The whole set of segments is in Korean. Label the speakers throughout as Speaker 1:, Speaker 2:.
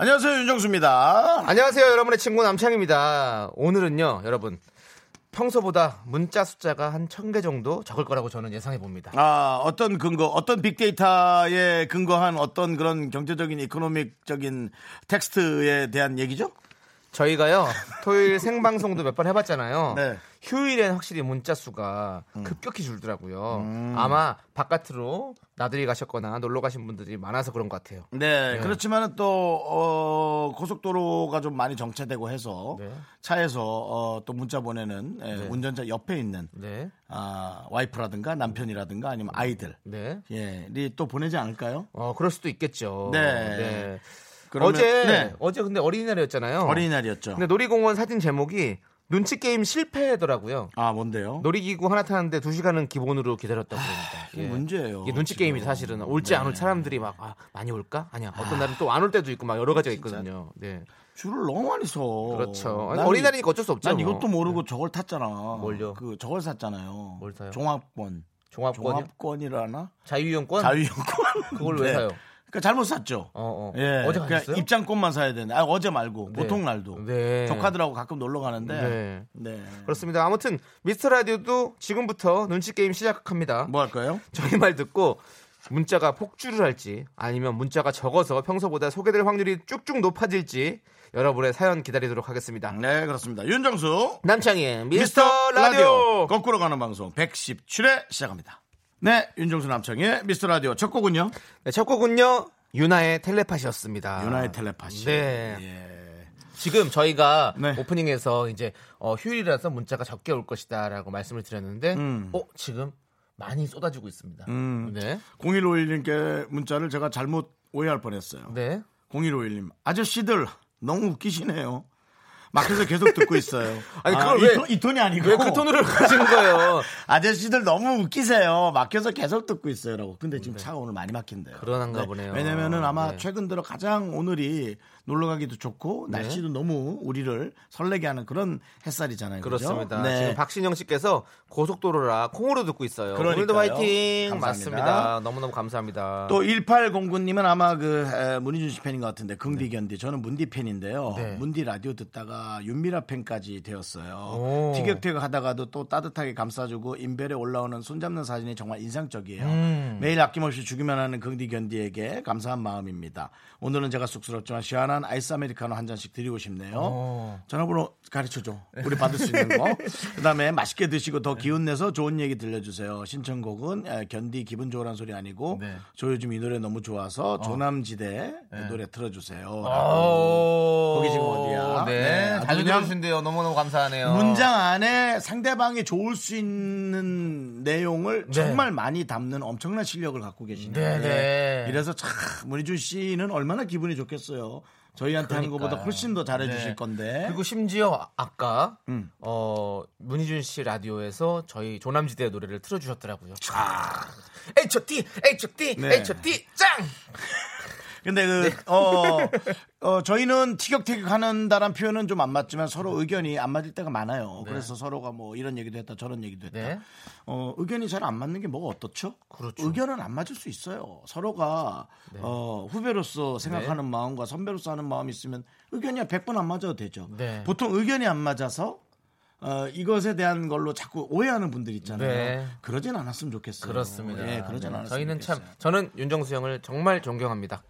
Speaker 1: 안녕하세요 윤정수입니다.
Speaker 2: 안녕하세요, 여러분의 친구 남창입니다. 오늘은요, 여러분. 평소보다 문자 숫자가 한 천 개 정도 적을 거라고 저는 예상해 봅니다.
Speaker 1: 아 어떤 근거, 어떤 빅데이터에 근거한 어떤 그런 경제적인 이코노믹적인 텍스트에 대한 얘기죠?
Speaker 2: 저희가요, 토요일 생방송도 몇 번 해봤잖아요.
Speaker 1: 네. 음.
Speaker 2: 휴일엔 확실히 문자 수가 급격히 줄더라고요. 아마 바깥으로 나들이 가셨거나 놀러 가신 분들이 많아서 그런 것 같아요.
Speaker 1: 네,
Speaker 2: 네.
Speaker 1: 그렇지만은 또 어, 고속도로가 좀 많이 정체되고 해서
Speaker 2: 네.
Speaker 1: 차에서 어, 또 문자 보내는 예, 운전자 옆에 있는
Speaker 2: 네.
Speaker 1: 아, 와이프라든가 남편이라든가 아니면 아이들
Speaker 2: 네.
Speaker 1: 예이 또 보내지 않을까요?
Speaker 2: 어, 그럴 수도 있겠죠.
Speaker 1: 네. 그러면-
Speaker 2: 어제,
Speaker 1: 네.
Speaker 2: 어제 근데 어린이날이었잖아요.
Speaker 1: 어린이날이었죠.
Speaker 2: 근데 놀이공원 사진 제목이 눈치 게임 실패더라고요.
Speaker 1: 아 뭔데요?
Speaker 2: 어? 놀이기구 하나 타는데 두 시간은 기본으로 기다렸다고 합니다.
Speaker 1: 이게 아, 문제예요,
Speaker 2: 이게 눈치
Speaker 1: 지금. 네.
Speaker 2: 게임이 사실은 올지 안 올 사람들이 막 아, 많이 올까? 아니야. 어떤 날은 또 안 올 때도 있고 막 여러 가지가 있거든요. 네.
Speaker 1: 줄을 너무 많이 서.
Speaker 2: 그렇죠. 아니,
Speaker 1: 난
Speaker 2: 어린이날이니까 어쩔 수 없죠,
Speaker 1: 난
Speaker 2: 뭐.
Speaker 1: 이것도 모르고 저걸 탔잖아.
Speaker 2: 뭘요?
Speaker 1: 그 저걸 샀잖아요.
Speaker 2: 뭘 사요?
Speaker 1: 종합권.
Speaker 2: 종합권이요?
Speaker 1: 종합권이라나?
Speaker 2: 자유이용권?
Speaker 1: 자유용권.
Speaker 2: 그걸 왜 사요?
Speaker 1: 그러니까 잘못 샀죠.
Speaker 2: 어, 어.
Speaker 1: 예,
Speaker 2: 어제
Speaker 1: 그러니까
Speaker 2: 가셨어요?
Speaker 1: 입장권만 사야 되는데 아, 어제 말고
Speaker 2: 네.
Speaker 1: 보통 날도
Speaker 2: 네.
Speaker 1: 조카들하고 가끔 놀러 가는데
Speaker 2: 네.
Speaker 1: 네.
Speaker 2: 그렇습니다. 아무튼 미스터 라디오도 지금부터 눈치 게임 시작합니다.
Speaker 1: 뭐 할까요?
Speaker 2: 저희 말 듣고 문자가 폭주를 할지 아니면 문자가 적어서 평소보다 소개될 확률이 쭉쭉 높아질지 여러분의 사연 기다리도록 하겠습니다.
Speaker 1: 네 그렇습니다. 윤정수
Speaker 2: 남창희의 미스터 라디오.
Speaker 1: 거꾸로 가는 방송 117회 시작합니다. 네 윤정수 남창의 미스터 라디오 첫 곡은요.
Speaker 2: 네, 첫 곡은요. 유나의 텔레파시였습니다.
Speaker 1: 유나의 텔레파시.
Speaker 2: 아. 네.
Speaker 1: 예.
Speaker 2: 지금 저희가
Speaker 1: 네.
Speaker 2: 오프닝에서 이제 어, 휴일이라서 문자가 적게 올 것이다라고 말씀을 드렸는데,
Speaker 1: 음.
Speaker 2: 어 지금 많이 쏟아지고 있습니다.
Speaker 1: 음.
Speaker 2: 네,
Speaker 1: 0151님께 문자를 제가 잘못 오해할 뻔했어요.
Speaker 2: 네.
Speaker 1: 0151님 아저씨들 너무 웃기시네요. 막혀서 계속 듣고 있어요.
Speaker 2: 아니,
Speaker 1: 아,
Speaker 2: 그걸
Speaker 1: 이
Speaker 2: 왜-
Speaker 1: 톤- 이 톤이 아니고
Speaker 2: 왜 그 톤으로 가신 거예요?
Speaker 1: 아저씨들 너무 웃기세요. 막혀서 계속 듣고 있어요라고. 근데 지금 차가 오늘 많이 막힌대요.
Speaker 2: 네. 그러는가 보네요.
Speaker 1: 왜냐면은 아마
Speaker 2: 네.
Speaker 1: 최근 들어 가장 오늘이 놀러 가기도 좋고
Speaker 2: 네.
Speaker 1: 날씨도 너무 우리를 설레게 하는 그런 햇살이잖아요. 그죠?
Speaker 2: 그렇습니다.
Speaker 1: 네.
Speaker 2: 지금 박신영 씨께서 고속도로라 콩으로 듣고 있어요. 오늘도
Speaker 1: 그러니까요.
Speaker 2: 화이팅!
Speaker 1: 감사합니다.
Speaker 2: 맞습니다. 너무너무 감사합니다.
Speaker 1: 또 1809님은 아마 그 에, 문희준 씨 팬인 것 같은데 긍디 견디 저는 문디 팬인데요.
Speaker 2: 네.
Speaker 1: 문디 라디오 듣다가 윤미라 팬까지 되었어요.
Speaker 2: 오.
Speaker 1: 티격태격 하다가도 또 따뜻하게 감싸주고 인별에 올라오는 손잡는 사진이 정말 인상적이에요.
Speaker 2: 음.
Speaker 1: 매일 아낌없이 주기만 하는 긍디 견디에게 감사한 마음입니다. 오늘은 제가 쑥스럽지만 시원한 아이스 아메리카노 한 잔씩 드리고 싶네요.
Speaker 2: 오.
Speaker 1: 전화번호 가르쳐줘. 우리 받을 수 있는 거. 그 다음에 맛있게 드시고 더 기운 내서 좋은 얘기 들려주세요. 신청곡은 에, 견디 기분 좋으란 소리 아니고
Speaker 2: 네.
Speaker 1: 저 요즘 이 노래 너무 좋아서 조남지대 노래 틀어주세요.
Speaker 2: 오.
Speaker 1: 거기 지금 어디야?
Speaker 2: 네.
Speaker 1: 네, 아주
Speaker 2: 잘
Speaker 1: 그냥
Speaker 2: 들어주신대요. 너무너무 감사하네요.
Speaker 1: 문장 안에 상대방이 좋을 수 있는 내용을
Speaker 2: 네.
Speaker 1: 정말 많이 담는 엄청난 실력을 갖고 계시네요.
Speaker 2: 네,
Speaker 1: 예.
Speaker 2: 네.
Speaker 1: 이래서 참 문희준 씨는 얼마나 기분이 좋겠어요. 저희한테 하는
Speaker 2: 그러니까요.
Speaker 1: 것보다 훨씬 더 잘해주실
Speaker 2: 네.
Speaker 1: 건데.
Speaker 2: 그리고 심지어 아- 아까
Speaker 1: 음.
Speaker 2: 어, 문희준 씨 라디오에서 저희 조남지대 노래를 틀어주셨더라고요. H.O.T. H.O.T.
Speaker 1: 아. 네.
Speaker 2: H.O.T. 짱!
Speaker 1: 근데
Speaker 2: 네.
Speaker 1: 그, 어, 어, 저희는 티격태격 한다란 표현은 좀 안 맞지만 서로 의견이 안 맞을 때가 많아요. 그래서 서로가 뭐 이런 얘기도 했다 저런 얘기도 했다.
Speaker 2: 네.
Speaker 1: 어, 의견이 잘 안 맞는 게 뭐가 어떻죠?
Speaker 2: 그렇죠. 네.
Speaker 1: 의견은 안 맞을 수 있어요. 서로가 어, 후배로서 생각하는 마음과 선배로서 하는 마음이 있으면 의견이 100번 안 맞아도 되죠.
Speaker 2: 네.
Speaker 1: 보통 의견이 안 맞아서 어, 이것에 대한 걸로 자꾸 오해하는 분들 있잖아요.
Speaker 2: 네.
Speaker 1: 그러진 않았으면 좋겠어요.
Speaker 2: 그렇습니다.
Speaker 1: 예, 그러진
Speaker 2: 네.
Speaker 1: 않았으면
Speaker 2: 저희는 참,
Speaker 1: 좋겠어요.
Speaker 2: 저는 윤정수 형을 정말 존경합니다.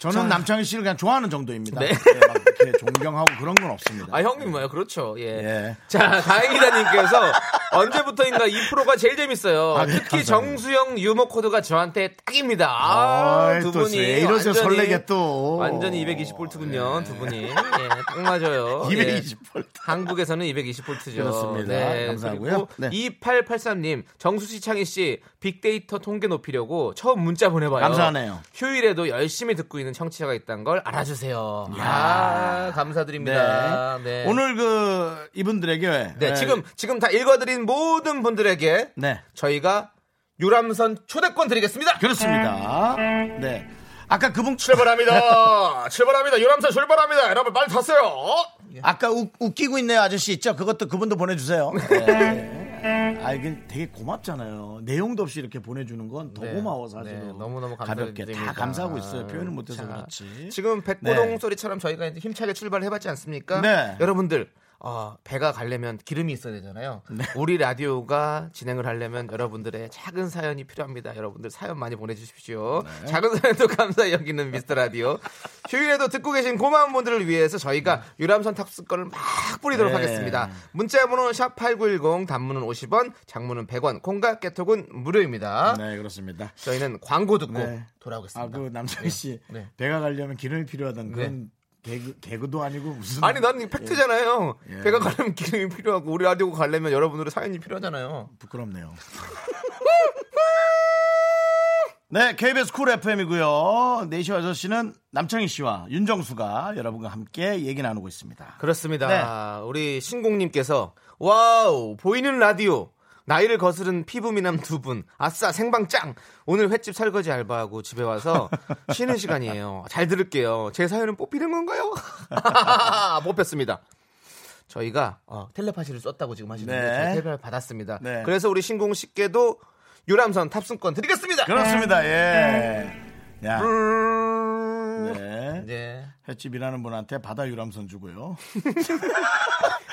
Speaker 1: 저는 남창희 씨를 그냥 좋아하는 정도입니다.
Speaker 2: 네.
Speaker 1: 예, 막 이렇게 존경하고 그런 건 없습니다.
Speaker 2: 아 형님 뭐요? 그렇죠. 예.
Speaker 1: 예.
Speaker 2: 자 다행이다님께서 언제부터인가 이 프로가 제일 재밌어요.
Speaker 1: 아, 네,
Speaker 2: 특히
Speaker 1: 감사합니다.
Speaker 2: 정수영 유머 코드가 저한테 딱입니다. 아,
Speaker 1: 아이,
Speaker 2: 두
Speaker 1: 또
Speaker 2: 분이
Speaker 1: 왜 이러세요?
Speaker 2: 완전히-
Speaker 1: 설레게 또.
Speaker 2: 완전히 220볼트군요. 두 분이 예, 딱 맞아요.
Speaker 1: 220
Speaker 2: 예.
Speaker 1: 볼트.
Speaker 2: 한국에서는 220볼트죠.
Speaker 1: 그렇습니다. 감사하고요. 네.
Speaker 2: 2883님, 정수 씨, 창희 씨, 빅데이터 통계 높이려고 처음 문자 보내봐요.
Speaker 1: 감사하네요.
Speaker 2: 휴일에도 열심히 듣고 있는 있는 청취자가 있다는 걸 알아주세요. 아, 감사드립니다. 네.
Speaker 1: 오늘 그 이분들에게
Speaker 2: 네,
Speaker 1: 예,
Speaker 2: 지금 지금 다 읽어드린 모든 분들에게
Speaker 1: 네
Speaker 2: 저희가 유람선 초대권 드리겠습니다.
Speaker 1: 그렇습니다. 네 아까 그분
Speaker 2: 출발합니다. 출발합니다. 유람선 출발합니다. 여러분 빨리 타세요.
Speaker 1: 아까 웃, 웃기고 있네요 아저씨 있죠? 그것도 그분도 보내주세요. 네. 아 이게 되게 고맙잖아요. 내용도 없이 이렇게 보내주는 건 더
Speaker 2: 네.
Speaker 1: 고마워 사실은.
Speaker 2: 네, 너무너무
Speaker 1: 가볍게 다
Speaker 2: 감사드립니다.
Speaker 1: 감사하고 있어요. 표현을
Speaker 2: 아유,
Speaker 1: 못해서
Speaker 2: 참.
Speaker 1: 그렇지.
Speaker 2: 지금 백고동
Speaker 1: 네.
Speaker 2: 소리처럼 저희가 이제 힘차게 출발을 해봤지 않습니까?
Speaker 1: 네.
Speaker 2: 여러분들 어, 배가 가려면 기름이 있어야 되잖아요.
Speaker 1: 네.
Speaker 2: 우리 라디오가 진행을 하려면 여러분들의 작은 사연이 필요합니다. 여러분들 사연 많이 보내주십시오.
Speaker 1: 네.
Speaker 2: 작은 사연도 감사히 여기는 미스터 라디오. 휴일에도 듣고 계신 고마운 분들을 위해서 저희가 유람선 탑승권을 막 뿌리도록
Speaker 1: 네.
Speaker 2: 하겠습니다. 문자번호 샵8910 단문은 50원, 장문은 100원, 콩과 깨톡은 무료입니다.
Speaker 1: 네 그렇습니다.
Speaker 2: 저희는 광고 듣고
Speaker 1: 네.
Speaker 2: 돌아오겠습니다.
Speaker 1: 아 그 남창희 씨
Speaker 2: 네.
Speaker 1: 배가 가려면 기름이 필요하다는 그런 개그 개그도 아니고 무슨
Speaker 2: 아니 난 팩트잖아요.
Speaker 1: 예.
Speaker 2: 배가 가려면 기름이 필요하고 우리 라디오 가려면 여러분들의 사연이 필요하잖아요.
Speaker 1: 부끄럽네요. 네, KBS 쿨 FM이고요. 4시 6시는 남창희 씨와 윤정수가 여러분과 함께 얘기 나누고 있습니다.
Speaker 2: 그렇습니다.
Speaker 1: 네.
Speaker 2: 우리 신공님께서 와우 보이는 라디오 나이를 거스른 피부 미남 두 분, 아싸 생방 짱. 오늘 횟집 설거지 알바하고 집에 와서 쉬는 시간이에요. 잘 들을게요. 제 사연은 뽑히는 건가요? 뽑혔습니다. 저희가 어, 텔레파시를 썼다고 지금 하시는데
Speaker 1: 네.
Speaker 2: 저희 텔레파를 받았습니다.
Speaker 1: 네.
Speaker 2: 그래서 우리 신공 씨께도 유람선 탑승권 드리겠습니다.
Speaker 1: 그렇습니다. 예. 야. 네.
Speaker 2: 네.
Speaker 1: 횟집이라는 분한테 바다 유람선 주고요.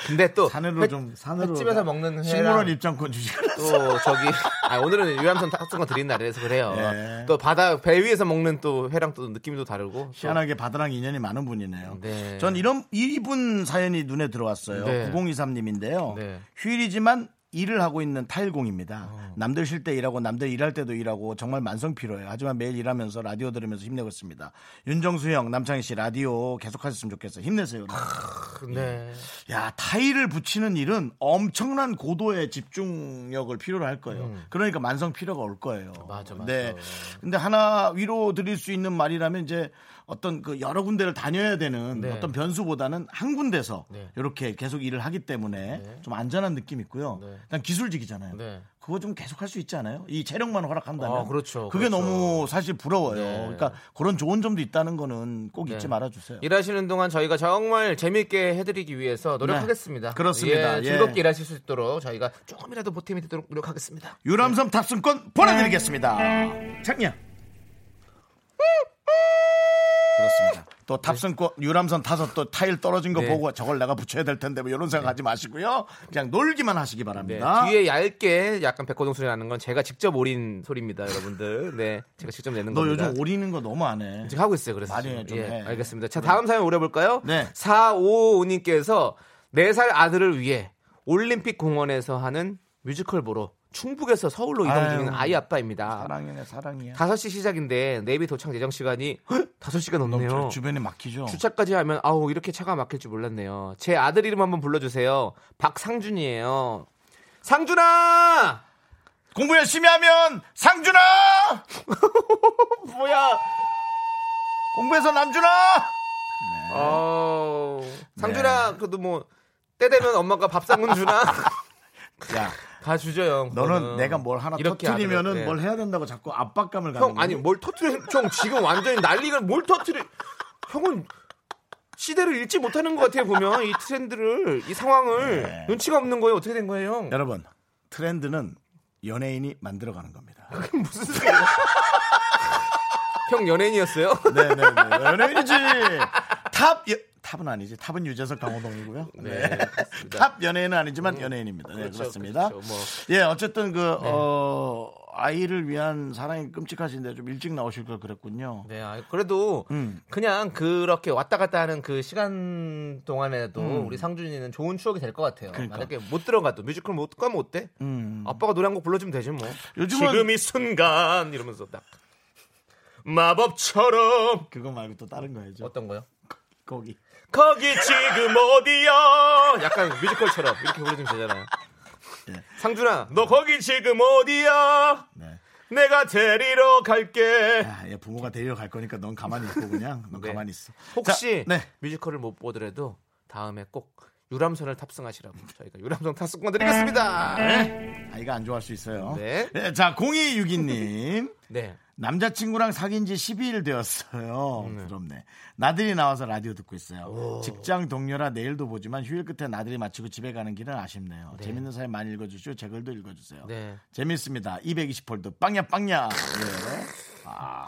Speaker 2: 근데 또
Speaker 1: 산으로
Speaker 2: 횟-
Speaker 1: 좀 산으로
Speaker 2: 횟집에서 먹는
Speaker 1: 식물원
Speaker 2: 회랑
Speaker 1: 입장권 주시고
Speaker 2: 또 저기 아 오늘은 유람선 탑승권 드린 날이라서 그래요.
Speaker 1: 네.
Speaker 2: 또 바다 배 위에서 먹는 또 회랑 또 느낌이 또 다르고.
Speaker 1: 희한하게 바다랑 인연이 많은 분이네요.
Speaker 2: 그렇죠. 네.
Speaker 1: 전 이런 이분 사연이 눈에 들어왔어요.
Speaker 2: 네.
Speaker 1: 9023님인데요.
Speaker 2: 네.
Speaker 1: 휴일이지만 일을 하고 있는 타일공입니다.
Speaker 2: 어.
Speaker 1: 남들 쉴 때 일하고 남들 일할 때도 일하고 정말 만성피로예요. 하지만 매일 일하면서 라디오 들으면서 힘내고 있습니다. 윤정수 형, 남창희 씨 라디오 계속하셨으면 좋겠어요. 힘내세요.
Speaker 2: 또- 네.
Speaker 1: 야 타일을 붙이는 일은 엄청난 고도의 집중력을 필요로 할 거예요. 그러니까 만성 피로가 올 거예요.
Speaker 2: 음. 맞아, 맞아.
Speaker 1: 네. 근데 하나 위로 드릴 수 있는 말이라면 이제 어떤 그 여러 군데를 다녀야 되는
Speaker 2: 네.
Speaker 1: 어떤 변수보다는 한 군데서
Speaker 2: 네.
Speaker 1: 이렇게 계속 일을 하기 때문에 좀 안전한 느낌 이 있고요.
Speaker 2: 네.
Speaker 1: 일단 기술직이잖아요.
Speaker 2: 네.
Speaker 1: 그거 좀 계속 할 수 있지 않아요? 이 체력만 허락한다면.
Speaker 2: 아, 그렇죠,
Speaker 1: 그게
Speaker 2: 그렇죠.
Speaker 1: 너무 사실 부러워요.
Speaker 2: 네.
Speaker 1: 그러니까 그런 좋은 점도 있다는 거는 꼭 잊지
Speaker 2: 네.
Speaker 1: 말아 주세요.
Speaker 2: 일하시는 동안 저희가 정말 재밌게 해드리기 위해서 노력하겠습니다.
Speaker 1: 네. 그렇습니다.
Speaker 2: 예,
Speaker 1: 예.
Speaker 2: 즐겁게 일하실 수 있도록 저희가 조금이라도 보탬이 되도록 노력하겠습니다.
Speaker 1: 유람선
Speaker 2: 네.
Speaker 1: 탑승권 보내드리겠습니다. 창녀. 그렇습니다. 또 탑승권 유람선 타서 또 타일 떨어진 거
Speaker 2: 네.
Speaker 1: 보고 저걸 내가 붙여야 될 텐데 뭐 이런 생각하지 마시고요. 그냥 놀기만 하시기
Speaker 2: 네,
Speaker 1: 바랍니다.
Speaker 2: 뒤에 얇게 약간 백고동 소리 나는 건 제가 직접 오린 소리입니다, 여러분들. 네, 제가 직접 내는
Speaker 1: 너
Speaker 2: 겁니다.
Speaker 1: 요즘 오리는 거 너무 안 해.
Speaker 2: 지금 하고 있어요. 그래서
Speaker 1: 많이
Speaker 2: 지금.
Speaker 1: 해, 좀
Speaker 2: 예,
Speaker 1: 해.
Speaker 2: 알겠습니다. 자 다음 사연 오려볼까요?
Speaker 1: 네.
Speaker 2: 4555님께서 4살 아들을 위해 올림픽 공원에서 하는 뮤지컬 보러 충북에서 서울로 이동
Speaker 1: 아유,
Speaker 2: 중인 아이 아빠입니다.
Speaker 1: 사랑이네 사랑이야.
Speaker 2: 5시 시작인데 내비 도착 예정 시간이 헉, 5시가
Speaker 1: 저
Speaker 2: 넘네요.
Speaker 1: 주변에 막히죠.
Speaker 2: 주차까지 하면 아우 이렇게 차가 막힐 줄 몰랐네요. 제 아들 이름 한번 불러주세요. 박상준이에요. 상준아!
Speaker 1: 공부 열심히 하면 상준아
Speaker 2: 뭐야?
Speaker 1: 공부해서 남준아 네.
Speaker 2: 어... 상준아 그래도 뭐 때 되면 엄마가 밥 상은 주나?
Speaker 1: 야
Speaker 2: 다 주죠 형.
Speaker 1: 너는
Speaker 2: 그거는.
Speaker 1: 내가 뭘 하나
Speaker 2: 이렇게
Speaker 1: 터트리면은
Speaker 2: 안 해도- 네.
Speaker 1: 뭘 해야 된다고 자꾸 압박감을 가는
Speaker 2: 형 아니 뭘 터트려 형 지금 완전히 난리가 뭘 터트려 형은 시대를 읽지 못하는 것 같아요 보면 이 트렌드를 이 상황을
Speaker 1: 네.
Speaker 2: 눈치가 없는 거예요 어떻게 된 거예요 형?
Speaker 1: 여러분 트렌드는 연예인이 만들어가는 겁니다.
Speaker 2: 무슨 소리야? 형 연예인이었어요?
Speaker 1: 네네네 연예인이지 탑 여- 탑은 아니지 탑은 유재석 강호동이고요. 네. 탑 연예인은 아니지만 연예인입니다. 네,
Speaker 2: 그렇죠,
Speaker 1: 그렇습니다.
Speaker 2: 그렇죠. 뭐. 네.
Speaker 1: 예 어쨌든 그 어, 아이를 위한 사랑이 끔찍하신데 좀 일찍 나오실 걸 그랬군요.
Speaker 2: 네, 아, 그래도
Speaker 1: 음.
Speaker 2: 그냥 그렇게 왔다 갔다 하는 그 시간 동안에도 우리 상준이는 좋은 추억이 될 것 같아요.
Speaker 1: 음. 그러니까.
Speaker 2: 만약에 못 들어가도 뮤지컬 못 가면 어때?
Speaker 1: 음.
Speaker 2: 아빠가 노래 한 곡 불러주면 되지 뭐.
Speaker 1: 요즘은-
Speaker 2: 지금 이 순간 이러면서 딱 마법처럼
Speaker 1: 그거 말고 또 다른 거 해야죠.
Speaker 2: 어떤 거요?
Speaker 1: 거기
Speaker 2: 거기 지금 어디야? 약간 뮤지컬처럼 이렇게 부르면 되잖아요.
Speaker 1: 네.
Speaker 2: 음. 상준아, 너 거기 지금 어디야?
Speaker 1: 네.
Speaker 2: 내가 데리러 갈게.
Speaker 1: 야, 얘 부모가 데리러 갈 거니까 넌 가만히 있고 그냥 넌
Speaker 2: 네.
Speaker 1: 가만히 있어.
Speaker 2: 혹시
Speaker 1: 자, 네.
Speaker 2: 뮤지컬을 못 보더라도 다음에 꼭 유람선을 탑승하시라고 저희가 유람선 탑승권 드리겠습니다.
Speaker 1: 아이가 안 좋아할 수 있어요.
Speaker 2: 네.
Speaker 1: 네, 자, 0262님.
Speaker 2: 네.
Speaker 1: 남자친구랑 사귄 지 12일 되었어요. 부럽네. 나들이 나와서 라디오 듣고 있어요. 직장 동료라 내일도 보지만 휴일 끝에 나들이 마치고 집에 가는 길은 아쉽네요. 재밌는 사연 많이 읽어주시고 제 글도 읽어주세요.
Speaker 2: 네.
Speaker 1: 재밌습니다. 220폴드 빵야 빵야. 예.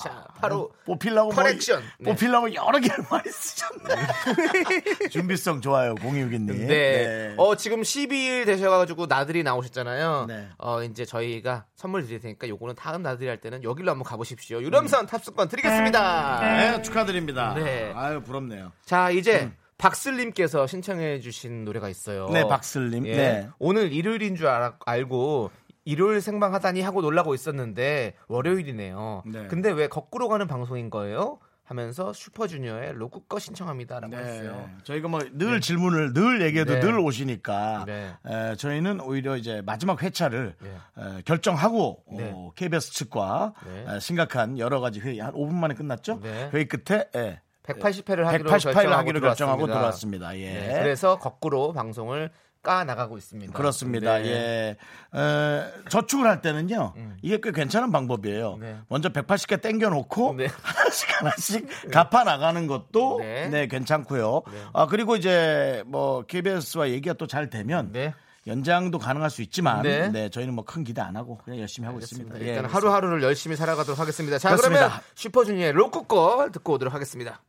Speaker 2: 자, 바로
Speaker 1: 뽑히려고 뭐-
Speaker 2: 커넥션. 네.
Speaker 1: 뽑히려고 여러 개를 많이 쓰셨네. 준비성 좋아요, 0262님.
Speaker 2: 네. 어, 지금 12일 되셔가지고 나들이 나오셨잖아요.
Speaker 1: 네.
Speaker 2: 어, 이제 저희가 선물 드릴 테니까 요거는 다음 나들이 할 때는 여기로 한번 가보십시오. 유람선 탑승권 드리겠습니다.
Speaker 1: 네, 축하드립니다.
Speaker 2: 네.
Speaker 1: 아유 부럽네요.
Speaker 2: 자, 이제 박슬님께서 신청해주신 노래가 있어요. 예.
Speaker 1: 네, 박슬님. 네.
Speaker 2: 오늘 일요일인 줄 알아, 알고 일요일 생방하다니 하고 놀라고 있었는데 월요일이네요.
Speaker 1: 네.
Speaker 2: 근데 왜 거꾸로 가는 방송인 거예요? 하면서 슈퍼주니어의 로쿠꺼 신청합니다라고 했어요.
Speaker 1: 저희가 뭐 늘 질문을 늘 얘기해도
Speaker 2: 네.
Speaker 1: 늘 오시니까
Speaker 2: 네.
Speaker 1: 에, 저희는 오히려 이제 마지막 회차를
Speaker 2: 네.
Speaker 1: 에, 결정하고
Speaker 2: 네.
Speaker 1: 어, KBS 측과
Speaker 2: 네.
Speaker 1: 에, 심각한 여러 가지 회의 한 5분 만에 끝났죠.
Speaker 2: 네.
Speaker 1: 회의 끝에 예,
Speaker 2: 180회를
Speaker 1: 188을
Speaker 2: 하기로 결정하고
Speaker 1: 하기로 결정하고
Speaker 2: 들어왔습니다.
Speaker 1: 들어왔습니다. 예.
Speaker 2: 네, 그래서 거꾸로 방송을 까 나가고 있습니다.
Speaker 1: 아, 그렇습니다.
Speaker 2: 네.
Speaker 1: 예. 에, 저축을 할 때는요. 이게 꽤 괜찮은 방법이에요.
Speaker 2: 네.
Speaker 1: 먼저 180개 땡겨 놓고
Speaker 2: 네.
Speaker 1: 하나씩 하나씩 갚아 나가는 것도 네,
Speaker 2: 네.
Speaker 1: 괜찮고요. 아, 그리고 이제 뭐 KBS와 얘기가 또 잘 되면
Speaker 2: 네.
Speaker 1: 연장도 가능할 수 있지만 네.
Speaker 2: 네.
Speaker 1: 저희는 뭐 큰 기대 안 하고 그냥 열심히 하고 있습니다. 예,
Speaker 2: 일단 하루하루를 열심히 살아가도록 하겠습니다. 자,
Speaker 1: 그렇습니다. 네.
Speaker 2: 그러면 슈퍼주니어의 로쿠꺼 듣고 오도록 하겠습니다.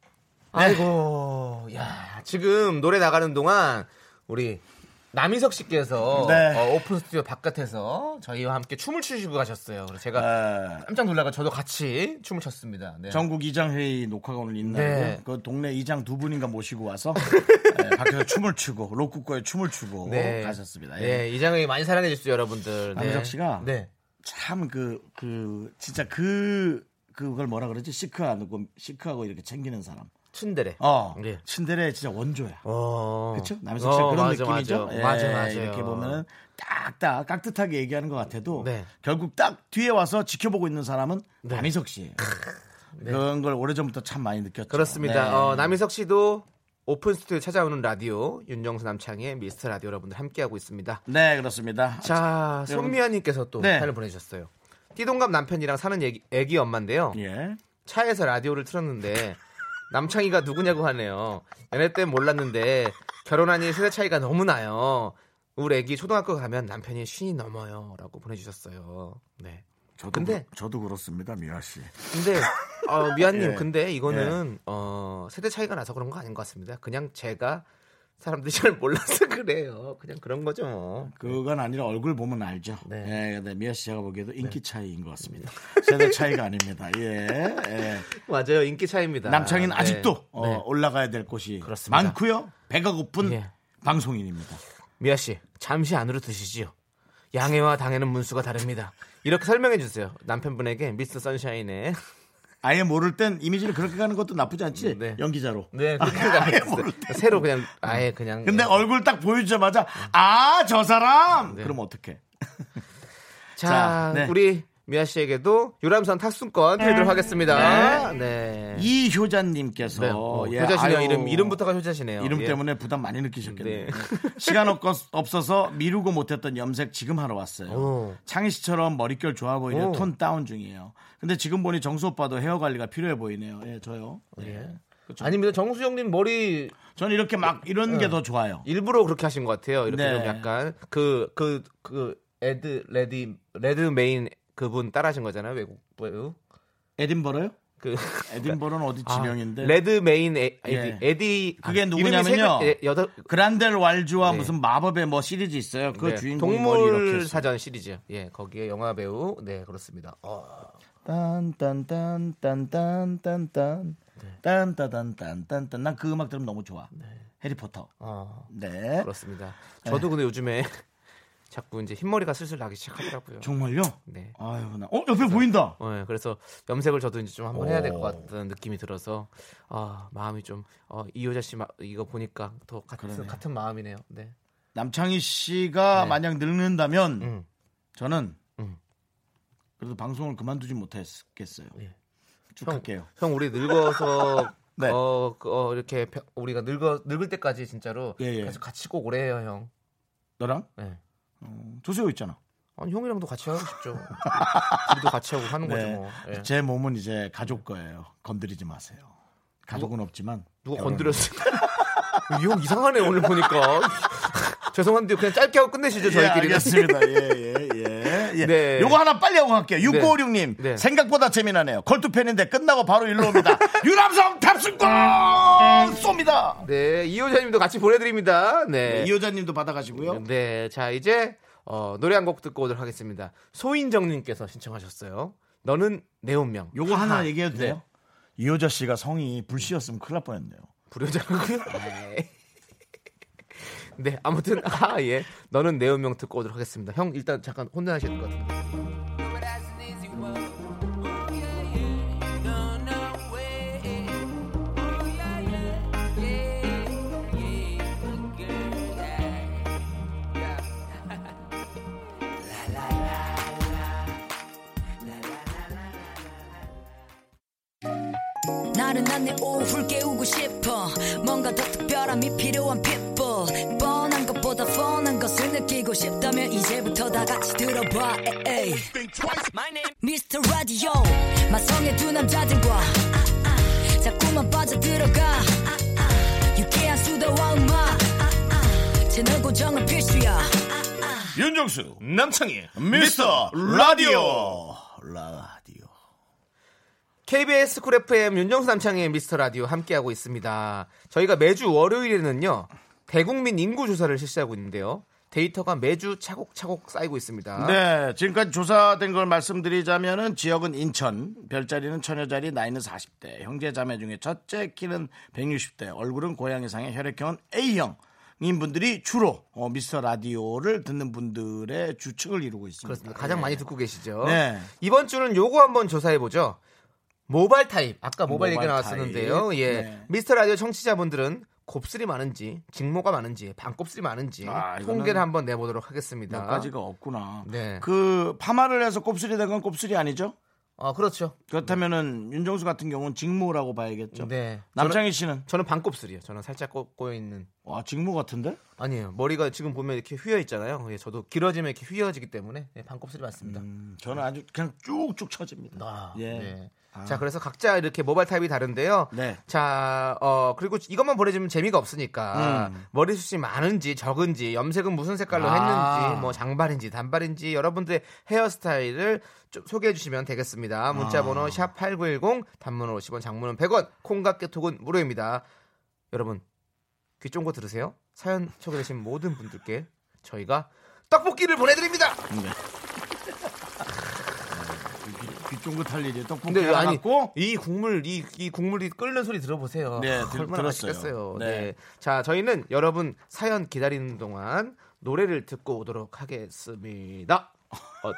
Speaker 2: 아이고, 야, 지금 노래 나가는 동안 우리 남희석 씨께서
Speaker 1: 네.
Speaker 2: 어, 오픈 스튜디오 바깥에서 저희와 함께 춤을 추시고 가셨어요. 그래서 제가
Speaker 1: 에,
Speaker 2: 깜짝 놀라가 저도 같이 춤을 췄습니다. 네.
Speaker 1: 아, 전국 이장 회의 녹화가 오늘 있나요?
Speaker 2: 네.
Speaker 1: 그 동네 이장 두 분인가 모시고 와서 예, 밖에서 춤을 추고 로쿠꺼에 춤을 추고
Speaker 2: 네.
Speaker 1: 가셨습니다. 예.
Speaker 2: 네, 이장이 많이 사랑해 주세요, 여러분들. 네.
Speaker 1: 남희석 씨가
Speaker 2: 네.
Speaker 1: 참 그 그 진짜 그 그걸 뭐라 그러지 시크하고 시크하고 이렇게 챙기는 사람.
Speaker 2: 츤데레.
Speaker 1: 어,
Speaker 2: 네.
Speaker 1: 친데레 진짜 원조야.
Speaker 2: 어.
Speaker 1: 그렇죠? 남희석 씨가 그런
Speaker 2: 맞아,
Speaker 1: 느낌이죠.
Speaker 2: 맞아,
Speaker 1: 예,
Speaker 2: 맞아, 맞아.
Speaker 1: 이렇게 보면은 딱딱 깍듯하게 얘기하는 것 같아도
Speaker 2: 네.
Speaker 1: 결국 딱 뒤에 와서 지켜보고 있는 사람은 남희석 씨. 그런 걸 오래전부터 참 많이 느꼈죠.
Speaker 2: 네. 그렇습니다.
Speaker 1: 네.
Speaker 2: 어, 남희석 씨도 오픈 스튜디오 찾아오는 라디오 윤정수 남창의 미스터 라디오 여러분들 함께하고 있습니다.
Speaker 1: 네, 그렇습니다.
Speaker 2: 자, 송미아님께서 또
Speaker 1: 네.
Speaker 2: 사연을 보내주셨어요. 띠동갑 남편이랑 사는 얘기, 애기 엄마인데요.
Speaker 1: 예.
Speaker 2: 차에서 라디오를 틀었는데 남창이가 누구냐고 하네요. 연애 때 몰랐는데 결혼하니 세대 차이가 너무 나요. 우리 애기 초등학교 가면 남편이 쉰이 넘어요라고 보내주셨어요. 네.
Speaker 1: 저도
Speaker 2: 근데-
Speaker 1: 그- 저도 그렇습니다, 미아 씨.
Speaker 2: 근데 어, 미안님
Speaker 1: 예.
Speaker 2: 근데 이거는 어, 세대 차이가 나서 그런 거 아닌 것 같습니다. 그냥 제가 사람들이 잘 몰라서 그래요. 그냥 그런 거죠. 뭐.
Speaker 1: 그건 아니라 얼굴 보면 알죠.
Speaker 2: 네.
Speaker 1: 예, 근데 미아 씨 제가 보기에도 인기 차이인 것 같습니다. 세대 차이가 아닙니다. 예. 예.
Speaker 2: 맞아요. 인기 차이입니다.
Speaker 1: 남창희는
Speaker 2: 네.
Speaker 1: 아직도 어,
Speaker 2: 네.
Speaker 1: 올라가야 될 곳이
Speaker 2: 그렇습니다.
Speaker 1: 많고요. 배가 고픈
Speaker 2: 예.
Speaker 1: 방송인입니다.
Speaker 2: 미아 씨 잠시 안으로 드시지요. 양해와 당해는 문수가 다릅니다. 이렇게 설명해 주세요. 남편분에게 미스터 선샤인의
Speaker 1: 아예 모를 땐 이미지를 그렇게 가는 것도 나쁘지 않지.
Speaker 2: 네.
Speaker 1: 연기자로.
Speaker 2: 네 그렇게 가겠어요. 새로 그냥 아예 그냥
Speaker 1: 근데 어, 얼굴 딱 보여주자마자 아 저 사람.
Speaker 2: 네.
Speaker 1: 그럼 어떡해?
Speaker 2: 자,
Speaker 1: 자, 네.
Speaker 2: 우리 미아 씨에게도 유람선 탑승권 드리도록 하겠습니다. 네.
Speaker 1: 이효자님께서
Speaker 2: 네. 어,
Speaker 1: 예,
Speaker 2: 효자시네요.
Speaker 1: 아유,
Speaker 2: 이름 이름부터가 효자시네요.
Speaker 1: 이름
Speaker 2: 예.
Speaker 1: 때문에 부담 많이 느끼셨겠네요. 예.
Speaker 2: 네.
Speaker 1: 시간 없, 없어서 미루고 못했던 염색 지금 하러 왔어요.
Speaker 2: 오.
Speaker 1: 창희 씨처럼 머릿결 좋아 보이네요.
Speaker 2: 오.
Speaker 1: 톤 다운 중이에요. 근데 지금 보니 정수 오빠도 헤어 관리가 필요해 보이네요. 예, 저요.
Speaker 2: 예.
Speaker 1: 그렇죠.
Speaker 2: 아닙니다. 정수영님 머리
Speaker 1: 저는 이렇게 막 이런
Speaker 2: 예.
Speaker 1: 게 더 좋아요.
Speaker 2: 일부러 그렇게 하신 것 같아요. 이렇게
Speaker 1: 네.
Speaker 2: 좀 약간 그 그 그 에드 레디 레드 메인 그분 따라하신 거잖아요. 외국 배우
Speaker 1: 에딘버러요?
Speaker 2: 그
Speaker 1: 에딘버러는 어디
Speaker 2: 아,
Speaker 1: 지명인데?
Speaker 2: 레드 메인 에, 에디
Speaker 1: 예.
Speaker 2: 에디
Speaker 1: 그게
Speaker 2: 아, 이름이
Speaker 1: 누구냐면요.
Speaker 2: 세 개- 예, 여덟
Speaker 1: 그란델 왈즈와
Speaker 2: 네.
Speaker 1: 무슨 마법의 뭐 시리즈 있어요. 그
Speaker 2: 네,
Speaker 1: 주인공
Speaker 2: 동물 사전 시리즈 예 거기에 영화 배우 네 그렇습니다. 어,
Speaker 1: 딴딴딴딴딴딴딴
Speaker 2: 네.
Speaker 1: 딴따단딴딴딴 난 그 음악 들으면 너무 좋아. 해리포터.
Speaker 2: 어,
Speaker 1: 네.
Speaker 2: 네. 그렇습니다. 저도 근데 요즘에 자꾸 이제 흰머리가 슬슬 나기 시작하더라고요.
Speaker 1: 정말요?
Speaker 2: 네.
Speaker 1: 아유, 나. 어, 옆에 보인다.
Speaker 2: 예, 그래서 염색을 저도 이제 좀 한번 해야 될 것
Speaker 1: 오.
Speaker 2: 같다는 느낌이 들어서 아, 마음이 좀 어, 이효자 씨 마- 이거 보니까 더 같은 같은 마음이네요. 네.
Speaker 1: 남창희 씨가 만약 늙는다면
Speaker 2: 음.
Speaker 1: 저는
Speaker 2: 음.
Speaker 1: 그래도 방송을 그만두지 못했겠어요.
Speaker 2: 예. 형,
Speaker 1: 축하할게요.
Speaker 2: 형 우리 늙어서
Speaker 1: 네.
Speaker 2: 어, 그, 어, 이렇게 펴- 우리가 늙어 늙을 때까지 진짜로
Speaker 1: 예, 예.
Speaker 2: 계속 같이 꼭 오래 해요 형.
Speaker 1: 너랑
Speaker 2: 네.
Speaker 1: 조세호 있잖아.
Speaker 2: 아니 형이랑도 같이 하고 싶죠. 우리도 같이 하고
Speaker 1: 네.
Speaker 2: 하는 거죠 뭐. 예.
Speaker 1: 제 몸은 이제 가족 거예요. 건드리지 마세요. 가족은 없지만
Speaker 2: 누가
Speaker 1: 여러분.
Speaker 2: 건드렸어? 이 형 이상하네 오늘 보니까. 죄송한데 그냥 짧게 하고 끝내시죠
Speaker 1: 예,
Speaker 2: 저희끼리.
Speaker 1: 알겠습니다. 예, 예, 예. 예.
Speaker 2: 네.
Speaker 1: 요거 하나 빨리 하고 갈게요. 6956님.
Speaker 2: 네.
Speaker 1: 생각보다 재미나네요. 걸투팬인데 끝나고 바로 일로 옵니다. 유람선 탑승권 쏩니다.
Speaker 2: 네 이호자님도 같이 보내드립니다. 네.
Speaker 1: 이 여자님도 받아가시고요.
Speaker 2: 네, 자 이제 어, 노래 한 곡 듣고 오도록 하겠습니다. 소인정님께서 신청하셨어요. 너는 내 운명.
Speaker 1: 요거 하나 네.
Speaker 2: 하하. 네,
Speaker 1: 얘기해도 돼요? 이 여자 씨가 성이 불씨였으면 큰일 날 뻔했네요. 아,
Speaker 2: 불효자고요. 네, 아무튼 아 예, 너는 내 운명 듣고 오도록 하겠습니다. 형 일단 잠깐 혼나실 것 같은데.
Speaker 3: 나른한 내 오후를 깨우고 싶어 뭔가 더 특별함이 필요한 people 뻔한 것보다 뻔한 것을 느끼고 싶다면 이제부터 다 같이 들어봐 에이. Mr. Radio 마성의 두 남자들과 자꾸만 빠져들어가 유쾌한 수다와 음악 채널 고정은 필수야
Speaker 1: 윤정수 남창희 미스터 라디오 라디오
Speaker 2: KBS 쿨 FM 윤정수 남창의 미스터 라디오 함께하고 있습니다. 저희가 매주 월요일에는요 대국민 인구 조사를 실시하고 있는데요. 데이터가 매주 차곡차곡 쌓이고 있습니다.
Speaker 1: 네, 지금까지 조사된 걸 말씀드리자면은 지역은 인천, 별자리는 처녀자리, 나이는 40대, 형제 자매 중에 첫째 키는 160대, 얼굴은 고양이상의 혈액형은 A형. 인 분들이 주로 어, 미스터 라디오를 듣는 분들의 주축을 이루고 있습니다.
Speaker 2: 그렇습니다. 가장 많이 듣고 계시죠.
Speaker 1: 네.
Speaker 2: 이번 주는 요거 한번 조사해 보죠. 모발 타입. 아까 모발,
Speaker 1: 모발
Speaker 2: 얘기 나왔었는데요.
Speaker 1: 타입.
Speaker 2: 예.
Speaker 1: 네.
Speaker 2: 미스터 라디오 청취자분들은 곱슬이 많은지, 직모가 많은지, 반곱슬이 많은지
Speaker 1: 아, 이거는
Speaker 2: 통계를 한번 내보도록 하겠습니다.
Speaker 1: 몇 가지가 없구나.
Speaker 2: 네.
Speaker 1: 그 파마를 해서 곱슬이 된 건 곱슬이 아니죠?
Speaker 2: 아, 그렇죠.
Speaker 1: 그렇다면은 윤정수 같은 경우는 직모라고 봐야겠죠.
Speaker 2: 네.
Speaker 1: 그렇죠. 남창희 씨는
Speaker 2: 저는 반곱슬이에요. 저는 살짝 꼬, 꼬여 있는.
Speaker 1: 와 직모 같은데?
Speaker 2: 아니에요. 머리가 지금 보면 이렇게 휘어 있잖아요. 예, 저도 길어지면 이렇게 휘어지기 때문에 예, 반곱슬이 맞습니다.
Speaker 1: 음, 저는 아주 그냥 쭉쭉 쳐집니다.
Speaker 2: 아,
Speaker 1: 예.
Speaker 2: 네.
Speaker 1: 아.
Speaker 2: 자, 그래서 각자 이렇게 모발 타입이 다른데요.
Speaker 1: 네.
Speaker 2: 자, 어, 그리고 이것만 보내주면 재미가 없으니까 머리숱이 많은지 적은지 염색은 무슨 색깔로
Speaker 1: 아.
Speaker 2: 했는지 뭐 장발인지 단발인지 여러분들의 헤어스타일을 좀 소개해 주시면 되겠습니다. 문자번호 샵 #8910 단문은 50원, 장문은 100원, 콩과 깨톡은 무료입니다. 여러분 귀 쫑고 들으세요. 사연 소개되신 모든 분들께 저희가 떡볶이를 보내드립니다.
Speaker 1: 귀쫑긋 할 일이 떡볶이
Speaker 2: 근데 아니
Speaker 1: 갖고
Speaker 2: 이 국물 이, 이 국물이 끓는 소리 들어보세요.
Speaker 1: 네,
Speaker 2: 아,
Speaker 1: 들-
Speaker 2: 얼마나
Speaker 1: 들었어요.
Speaker 2: 맛있겠어요.
Speaker 1: 네.
Speaker 2: 네. 자 저희는 여러분 사연 기다리는 동안 노래를 듣고 오도록 하겠습니다. 어,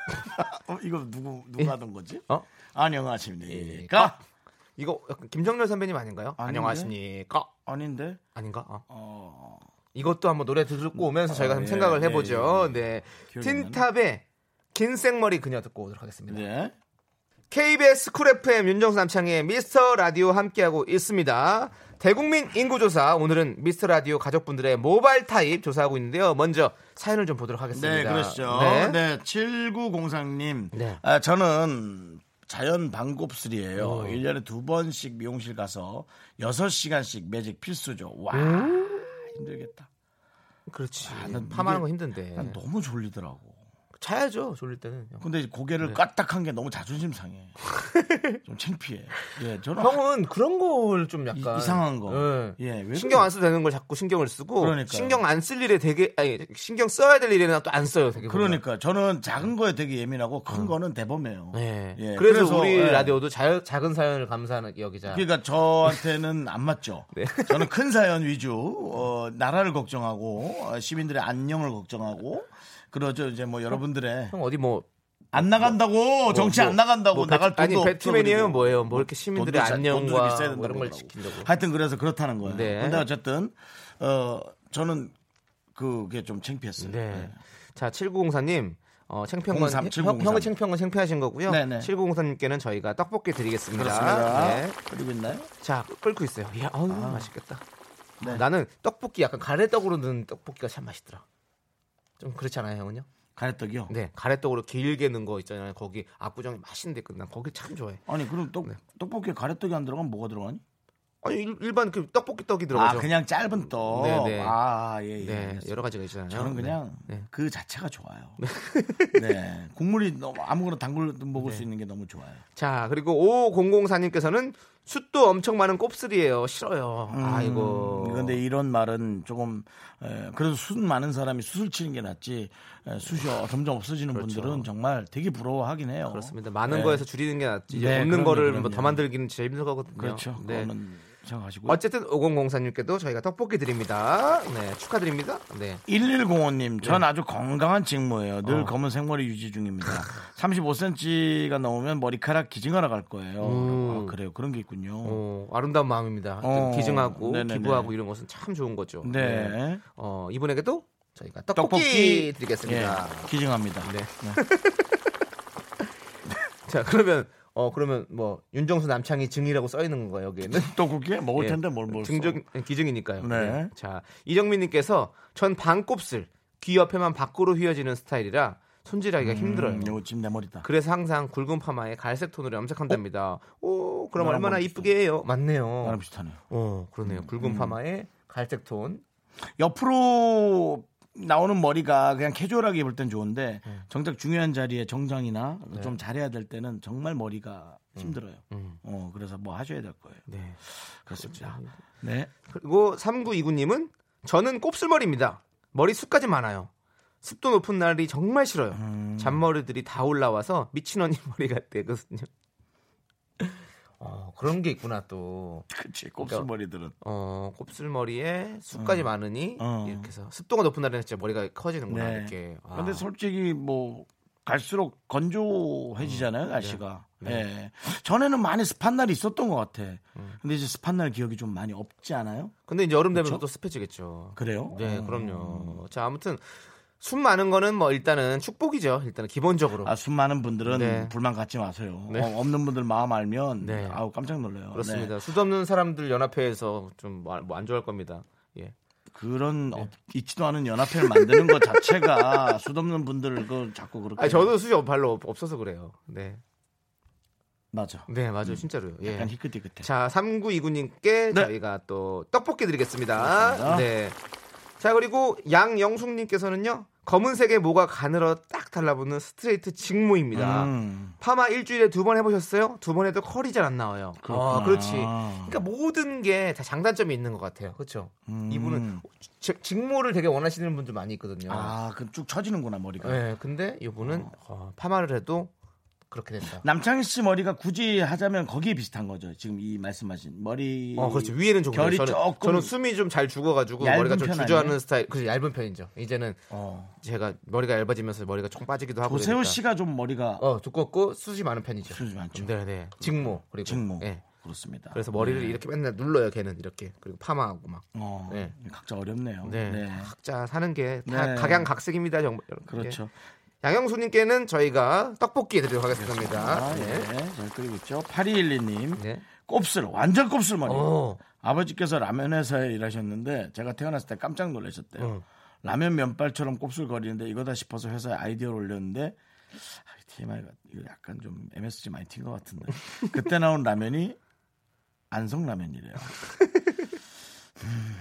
Speaker 1: 어, 이거 누구 누가 하던 거지?
Speaker 2: 어? 예,
Speaker 1: 안녕하십니까? 아,
Speaker 2: 아, 이거 약간 김정렬 선배님 아닌가요?
Speaker 1: 예, 아닌데?
Speaker 2: 안녕하십니까?
Speaker 1: 아닌데.
Speaker 2: 아닌가? 어.
Speaker 1: 어.
Speaker 2: 이것도 한번 노래 듣고 오면서 저희가
Speaker 1: 어,
Speaker 2: 한번
Speaker 1: 예,
Speaker 2: 생각을
Speaker 1: 예,
Speaker 2: 해보죠. 네,
Speaker 1: 기억이 안 나네.
Speaker 2: 틴탑의 긴 생머리 그녀 듣고 오도록 하겠습니다.
Speaker 1: 네.
Speaker 2: KBS 쿨 FM 윤정수 남창의 미스터 라디오 함께하고 있습니다. 대국민 인구조사 오늘은 미스터 라디오 가족분들의 모발 타입 조사하고 있는데요. 먼저 사연을 좀 보도록 하겠습니다.
Speaker 1: 네, 그러시죠.
Speaker 2: 네.
Speaker 1: 네, 7903님.
Speaker 2: 네.
Speaker 1: 아, 저는 자연 반곱슬이에요. 1년에 두 번씩 미용실 가서 6시간씩 매직 필수죠. 와.
Speaker 2: 음.
Speaker 1: 힘들겠다.
Speaker 2: 그렇지.
Speaker 1: 아, 난
Speaker 2: 파마하는
Speaker 1: 이게-
Speaker 2: 건 힘든데.
Speaker 1: 난 그러니까 너무 그- 졸리더라고.
Speaker 2: 차야죠. 졸릴 때는.
Speaker 1: 근데 이제
Speaker 2: 네.
Speaker 1: 고개를 까딱한 게 너무 자존심 상해. 좀 창피해. 예, 저는
Speaker 2: 형은 그런 걸 좀
Speaker 1: 이-
Speaker 2: 약간
Speaker 1: 이상한 거.
Speaker 2: 예.
Speaker 1: 예, 왜
Speaker 2: 신경 안 써도 되는 걸 자꾸 신경을 쓰고
Speaker 1: 그러니까요.
Speaker 2: 신경 안 쓸 일에 되게 아니 신경 써야 될 일에는 어. 또 안 써요. 되게 보면.
Speaker 1: 그러니까 저는 작은 거에 되게 예민하고 큰 거는 대범해요.
Speaker 2: 예.
Speaker 1: 예,
Speaker 2: 그래서, 우리
Speaker 1: 예.
Speaker 2: 라디오도 자, 작은 사연을 감사하는 여기자.
Speaker 1: 그러니까 저한테는 안 맞죠.
Speaker 2: 네.
Speaker 1: 저는 큰 사연 위주, 어, 나라를 걱정하고 어, 시민들의 안녕을 걱정하고 그러죠. 이제 뭐 여러분들의
Speaker 2: 형 어디 뭐
Speaker 1: 안 나간다고 정치
Speaker 2: 뭐,
Speaker 1: 안 나간다고
Speaker 2: 뭐
Speaker 1: 나갈
Speaker 2: 배-
Speaker 1: 돈도
Speaker 2: 아니,
Speaker 1: 없어,
Speaker 2: 배트맨이에요?
Speaker 1: 그리고.
Speaker 2: 뭐예요? 뭐 이렇게 시민들의
Speaker 1: 돈도 자-
Speaker 2: 안녕과
Speaker 1: 돈도 비싸야 된다고
Speaker 2: 뭐 이런 걸
Speaker 1: 그러더라고.
Speaker 2: 지킨다고.
Speaker 1: 하여튼 그래서 그렇다는 거예요.
Speaker 2: 네.
Speaker 1: 근데 어쨌든 어 저는 그게 좀 창피했어요.
Speaker 2: 네. 자, 7904님. 네. 어, 창피한 건
Speaker 1: 03,
Speaker 2: 형,
Speaker 1: 7903.
Speaker 2: 형의 창피한 건 창피하신 거고요.
Speaker 1: 네네.
Speaker 2: 7903님께는 저희가 떡볶이 드리겠습니다.
Speaker 1: 그렇습니다.
Speaker 2: 네.
Speaker 1: 그리고 있나요?
Speaker 2: 자 끓고 있어요. 이야, 아우 맛있겠다.
Speaker 1: 네.
Speaker 2: 나는 떡볶이 약간 가래떡으로 넣은 떡볶이가 참 맛있더라. 좀 그렇지 않아요, 형은요?
Speaker 1: 가래떡이요.
Speaker 2: 네, 가래떡으로 길게 넣은 거 있잖아요. 거기 압구정이 맛있는데 끝난 거기 참 좋아해.
Speaker 1: 아니 그럼 떡
Speaker 2: 네.
Speaker 1: 떡볶이에 가래떡이 안 들어가면 뭐가 들어가니?
Speaker 2: 아니 일- 일반 그 떡볶이 떡이
Speaker 1: 아
Speaker 2: 들어가죠.
Speaker 1: 그냥 짧은 떡.
Speaker 2: 네, 네.
Speaker 1: 아 예. 예.
Speaker 2: 네,
Speaker 1: 알겠어요.
Speaker 2: 여러 가지가 있잖아요.
Speaker 1: 저는 그냥
Speaker 2: 네. 네.
Speaker 1: 그 자체가 좋아요. 네. 국물이 너무 아무거나 담글 먹을
Speaker 2: 네.
Speaker 1: 수 있는 게 너무 좋아요.
Speaker 2: 자 그리고 5004님께서는 숯도 엄청 많은 곱슬이에요. 싫어요. 아이고.
Speaker 1: 그런데 음, 이런 말은 조금 에, 그래도 수 많은 사람이 수술 치는 게 낫지 에, 숱이 점점 없어지는 분들은 정말 되게 부러워하긴 해요.
Speaker 2: 그렇죠. 그렇습니다. 많은
Speaker 1: 네.
Speaker 2: 거에서 줄이는 게 낫지. 이제
Speaker 1: 네,
Speaker 2: 없는
Speaker 1: 그럼요,
Speaker 2: 거를
Speaker 1: 그럼요.
Speaker 2: 뭐더 만들기는 제일 힘들 거거든요.
Speaker 1: 그렇죠.
Speaker 2: 네.
Speaker 1: 그거는 생각하시고. 요
Speaker 2: 어쨌든 5004님께도 저희가 떡볶이 드립니다. 네, 축하드립니다. 네. 어.
Speaker 1: 1105님, 전 아주 건강한 직모예요. 늘 검은 생머리 유지 중입니다. 35cm가 넘으면 머리카락 기증하러 갈 거예요.
Speaker 2: 음.
Speaker 1: 아, 그래요. 그런 게 있군요.
Speaker 2: 어, 아름다운 마음입니다.
Speaker 1: 어,
Speaker 2: 기증하고
Speaker 1: 네네네.
Speaker 2: 기부하고 이런 것은 참 좋은 거죠.
Speaker 1: 네.
Speaker 2: 어, 이분에게도 저희가 떡볶이,
Speaker 1: 떡볶이
Speaker 2: 드리겠습니다.
Speaker 1: 예, 기증합니다.
Speaker 2: 네. 자, 그러면 어 그러면 뭐 윤정수 남창희 증이라고 써 있는 건가 여기에는?
Speaker 1: 떡국에 먹을
Speaker 2: 예.
Speaker 1: 텐데 뭘 먹을
Speaker 2: 증정 기증이니까요.
Speaker 1: 뭐 네.
Speaker 2: 네. 자, 이정민 님께서 전 반곱슬 귀 옆에만 밖으로 휘어지는 스타일이라 손질하기가
Speaker 1: 음.
Speaker 2: 힘들어요.
Speaker 1: 이거 지금 내 머리다.
Speaker 2: 그래서 항상 굵은 파마에 갈색 톤으로 염색한답니다. 오, 그럼
Speaker 1: 나랑
Speaker 2: 얼마나
Speaker 1: 뭐
Speaker 2: 이쁘게 해요.
Speaker 1: 나랑
Speaker 2: 맞네요.
Speaker 1: 비슷하네요. 음.
Speaker 2: 어, 그러네요. 굵은 파마에 갈색 톤.
Speaker 1: 옆으로 나오는 머리가 그냥 캐주얼하게 입을 땐 좋은데 정작 중요한 자리에 정장이나 좀 잘해야 될 때는 정말 머리가 힘들어요.
Speaker 2: 음.
Speaker 1: 어, 그래서 뭐 하셔야 될 거예요.
Speaker 2: 네.
Speaker 1: 그렇습니다. 네.
Speaker 2: 그리고 3929님은 저는 곱슬머리입니다. 머리 숱까지 많아요. 습도 높은 날이 정말 싫어요. 잔머리들이 다 올라와서 미친 언니 머리 같대거든요. 어, 그런 게 있구나 또.
Speaker 1: 그치. 곱슬머리들은.
Speaker 2: 어, 곱슬머리에 숱까지 많으니
Speaker 1: 어.
Speaker 2: 이렇게 해서 습도가 높은 날에는 진짜 머리가 커지는구나
Speaker 1: 네.
Speaker 2: 이렇게. 아.
Speaker 1: 근데 솔직히 뭐 갈수록 건조해지잖아요 날씨가. 예. 전에는 많이 습한 날이 있었던 것 같아. 근데 이제 습한 날 기억이 좀 많이 없지 않아요?
Speaker 2: 근데 이제 여름 되면
Speaker 1: 그쵸?
Speaker 2: 또 습해지겠죠.
Speaker 1: 그래요?
Speaker 2: 네, 그럼요. 자, 아무튼 숨 많은 거는 뭐 일단은 축복이죠. 일단은 기본적으로.
Speaker 1: 아, 숨 많은 분들은
Speaker 2: 그렇죠. 네.
Speaker 1: 불만 갖지 마세요.
Speaker 2: 네.
Speaker 1: 어, 없는 분들 마음 알면
Speaker 2: 네.
Speaker 1: 아우 깜짝 놀라요.
Speaker 2: 그렇습니다.
Speaker 1: 네.
Speaker 2: 수도 없는 사람들 연합회에서 좀 뭐, 안 좋아할 겁니다. 예.
Speaker 1: 그런
Speaker 2: 네.
Speaker 1: 없- 있지도 않은 연합회를 만드는 것 자체가 수도 없는 분들을 그 자꾸 그렇게.
Speaker 2: 아, 저도 수지 발로 없- 없어서 그래요. 네.
Speaker 1: 맞아.
Speaker 2: 네, 맞아요. 진짜로요. 예.
Speaker 1: 음. 약간 희끗희끗해. 네.
Speaker 2: 자, 3929님께 저희가 또 떡볶이 드리겠습니다.
Speaker 1: 고맙습니다.
Speaker 2: 네. 자, 그리고 양영숙님께서는요, 검은색의 모가 가늘어 딱 달라붙는 스트레이트 직모입니다.
Speaker 1: 음.
Speaker 2: 파마 일주일에 두 번 해보셨어요? 두 번 해도 컬이 잘 안 나와요.
Speaker 1: 그렇구나.
Speaker 2: 아, 그렇지. 그러니까 모든 게 다 장단점이 있는 것 같아요. 그렇죠?
Speaker 1: 음.
Speaker 2: 이분은 직- 직모를 되게 원하시는 분들 많이 있거든요.
Speaker 1: 아, 그럼 쭉 처지는구나 머리가.
Speaker 2: 네, 근데 이분은 어, 파마를 해도 그렇게 됐다.
Speaker 1: 남창희 씨 머리가 굳이 하자면 거기에 비슷한 거죠. 지금 이 말씀하신 머리.
Speaker 2: 어, 그렇죠. 위에는 조금
Speaker 1: 결이
Speaker 2: 저는,
Speaker 1: 조금
Speaker 2: 저는 숨이 좀 잘 죽어가지고
Speaker 1: 얇은
Speaker 2: 머리가 좀
Speaker 1: 편
Speaker 2: 주저하는
Speaker 1: 아니에요?
Speaker 2: 스타일. 그죠 얇은 편이죠. 이제는
Speaker 1: 어.
Speaker 2: 제가 머리가 얇아지면서 머리가 조금 빠지기도 하고.
Speaker 1: 고세호
Speaker 2: 그러니까.
Speaker 1: 씨가 좀 머리가
Speaker 2: 어 두껍고 숱이 많은 편이죠.
Speaker 1: 숱이 많죠.
Speaker 2: 네, 네. 직모 그리고
Speaker 1: 직모
Speaker 2: 예.
Speaker 1: 그렇습니다.
Speaker 2: 그래서 머리를 이렇게 맨날 눌러요. 걔는 이렇게 그리고 파마하고 막.
Speaker 1: 어,
Speaker 2: 네.
Speaker 1: 각자 어렵네요.
Speaker 2: 네.
Speaker 1: 네.
Speaker 2: 각자 사는 게 다
Speaker 1: 네.
Speaker 2: 각양각색입니다, 정말. 여러분.
Speaker 1: 그렇죠.
Speaker 2: 예. 양영수님께는 저희가 떡볶이 드리도록 하겠습니다.
Speaker 1: 아, 예.
Speaker 2: 네.
Speaker 1: 잘 끓이고 있죠. 8212님.
Speaker 2: 네.
Speaker 1: 곱슬, 완전 곱슬 머리.
Speaker 2: 어.
Speaker 1: 아버지께서 라면 회사에 일하셨는데 제가 태어났을 때 깜짝
Speaker 2: 네.
Speaker 1: 놀라셨대요. 라면 면발처럼 곱슬거리는데 이거다 싶어서 회사에 아이디어를 올렸는데 아, TMI가 이거 약간 좀 MSG 많이 튄 것 같은데 그때 나온 라면이 안성라면이래요. 음,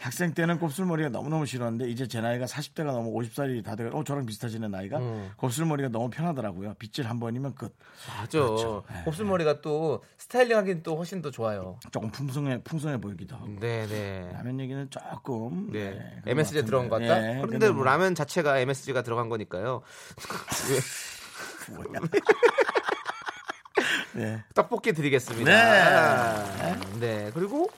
Speaker 1: 학생 때는 곱슬머리가 너무너무 싫었는데 이제 제 나이가 40대가 넘어 50살이 다 돼가 어 저랑 비슷하시네 나이가 곱슬머리가 너무 편하더라고요. 빗질 한 번이면 끝.
Speaker 2: 맞아. 네. 곱슬머리가 또 스타일링하기는 또 훨씬 더 좋아요.
Speaker 1: 조금 풍성해 풍성해 보이기도 하고
Speaker 2: 네, 네.
Speaker 1: 라면 얘기는 조금
Speaker 2: 네.
Speaker 1: 그런 것
Speaker 2: MSG에
Speaker 1: 같은데.
Speaker 2: 들어간 것 같다?
Speaker 1: 예,
Speaker 2: 그런데 뭐
Speaker 1: 뭐
Speaker 2: 라면 자체가 MSG가 들어간 거니까요.
Speaker 1: 뭐야. 네.
Speaker 2: 떡볶이 드리겠습니다.
Speaker 1: 네.
Speaker 2: 아, 네. 그리고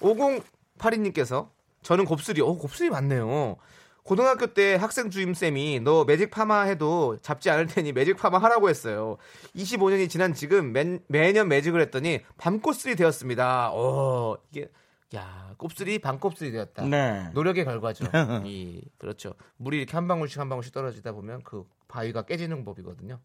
Speaker 2: 5082님께서 저는 곱슬이, 어, 곱슬이 많네요. 고등학교 때 학생 주임쌤이 너 매직 파마 해도 잡지 않을 테니 매직 파마 하라고 했어요. 25년이 지난 지금 매, 매년 매직을 했더니 밤곱슬이 되었습니다. 어, 이게, 야, 곱슬이 밤곱슬이 되었다.
Speaker 1: 네.
Speaker 2: 노력의 결과죠. 이, 그렇죠. 물이 이렇게 한 방울씩 한 방울씩 떨어지다 보면 그 바위가 깨지는 법이거든요.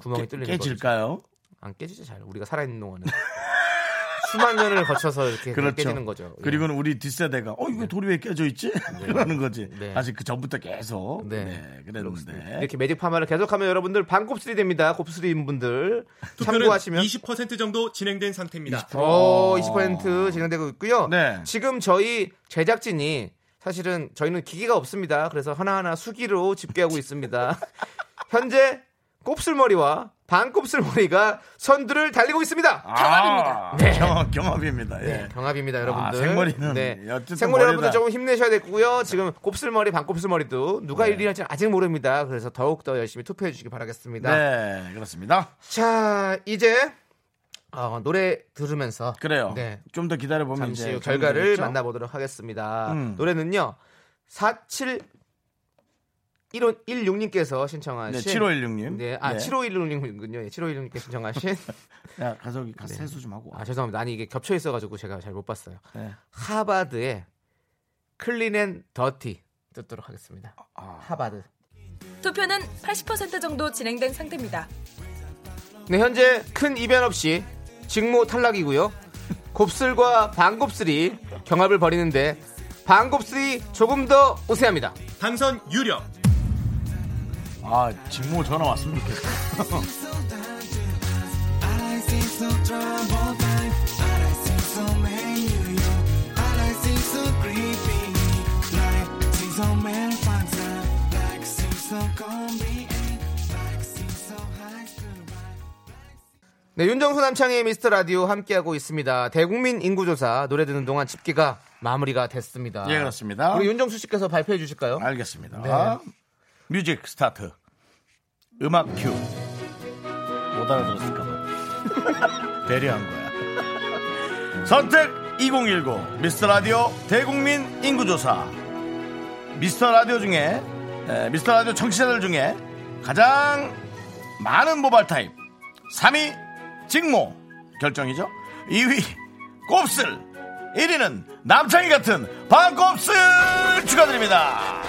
Speaker 2: 구멍이 뚫리는 법이죠.
Speaker 1: 깨질까요?
Speaker 2: 안 깨지죠 잘. 우리가 살아있는 동안은 수만 년을 거쳐서 이렇게 깨지는 거죠. 예.
Speaker 1: 그렇죠. 그리고는 우리 뒷세대가 어 이거 돌이 왜 깨져 있지? 그러는 거지.
Speaker 2: 네.
Speaker 1: 사실 그 전부터 계속 네,
Speaker 2: 네.
Speaker 1: 그랬는데
Speaker 2: 이렇게 매직 파마를 계속하면 여러분들 반곱슬이 됩니다. 곱슬인 분들
Speaker 4: 투표는
Speaker 2: 참고하시면
Speaker 4: 20% 정도 진행된 상태입니다.
Speaker 2: 어, 20% 진행되고 있고요.
Speaker 1: 네.
Speaker 2: 지금 저희 제작진이 사실은 저희는 기기가 없습니다. 그래서 하나하나 수기로 집계하고 있습니다. 현재 곱슬머리와 반곱슬머리가 선두를 달리고 있습니다. 네,
Speaker 1: 경합입니다. 네. 아, 경합, 경합입니다. 예.
Speaker 2: 경합입니다, 여러분들.
Speaker 1: 생머리는
Speaker 2: 네.
Speaker 1: 어쨌든
Speaker 2: 생머리
Speaker 1: 머리다.
Speaker 2: 여러분들 조금 힘내셔야 되고요. 지금 곱슬머리, 반곱슬머리도 누가
Speaker 1: 네.
Speaker 2: 1위를 할지는 아직 모릅니다. 그래서 더욱더 열심히 투표해 주시기 바라겠습니다.
Speaker 1: 네, 그렇습니다.
Speaker 2: 자, 이제 어, 노래 들으면서
Speaker 1: 그래요.
Speaker 2: 네.
Speaker 1: 좀 더 기다려 보면
Speaker 2: 잠시
Speaker 1: 이제 그렇죠?
Speaker 2: 후 결과를
Speaker 1: 정리되겠죠?
Speaker 2: 만나보도록 하겠습니다.
Speaker 1: 음.
Speaker 2: 노래는요. 47 116님께서 신청하신
Speaker 1: 네, 7516님.
Speaker 2: 네, 아
Speaker 1: 네.
Speaker 2: 7516님군요. 예, 7516님께서 신청하신
Speaker 1: 야, 가서 기 가서 세수 좀 하고. 와.
Speaker 2: 아 죄송합니다. 아니 이게 겹쳐 있어 가지고 제가 잘 못 봤어요.
Speaker 1: 네.
Speaker 2: 하바드의 클린 앤 더티 듣도록 하겠습니다. 하바드.
Speaker 5: 투표는 80% 정도 진행된 상태입니다.
Speaker 2: 네, 현재 큰 이변 없이 직무 탈락이고요. 곱슬과 반곱슬이 경합을 벌이는데 반곱슬이 조금 더 우세합니다.
Speaker 4: 당선 유력.
Speaker 1: 아, 직무 전화 왔으면 좋겠어.
Speaker 2: 네, 윤정수 남창의 미스터 라디오 함께하고 있습니다. 대국민 인구조사 노래 듣는 동안 집계가 마무리가 됐습니다.
Speaker 1: 예, 그렇습니다.
Speaker 2: 우리 윤정수 씨께서 발표해 주실까요?
Speaker 1: 알겠습니다.
Speaker 2: 네.
Speaker 1: 뮤직 스타트. 음악 큐. 못 알아들었을까봐. 배려한 거야. 선택 2019 미스터 라디오 대국민 인구조사. 미스터 라디오 중에, 에, 미스터 라디오 청취자들 중에 가장 많은 모발 타입. 3위 직모 결정이죠. 2위 곱슬. 1위는 남창희 같은 반곱슬 축하드립니다.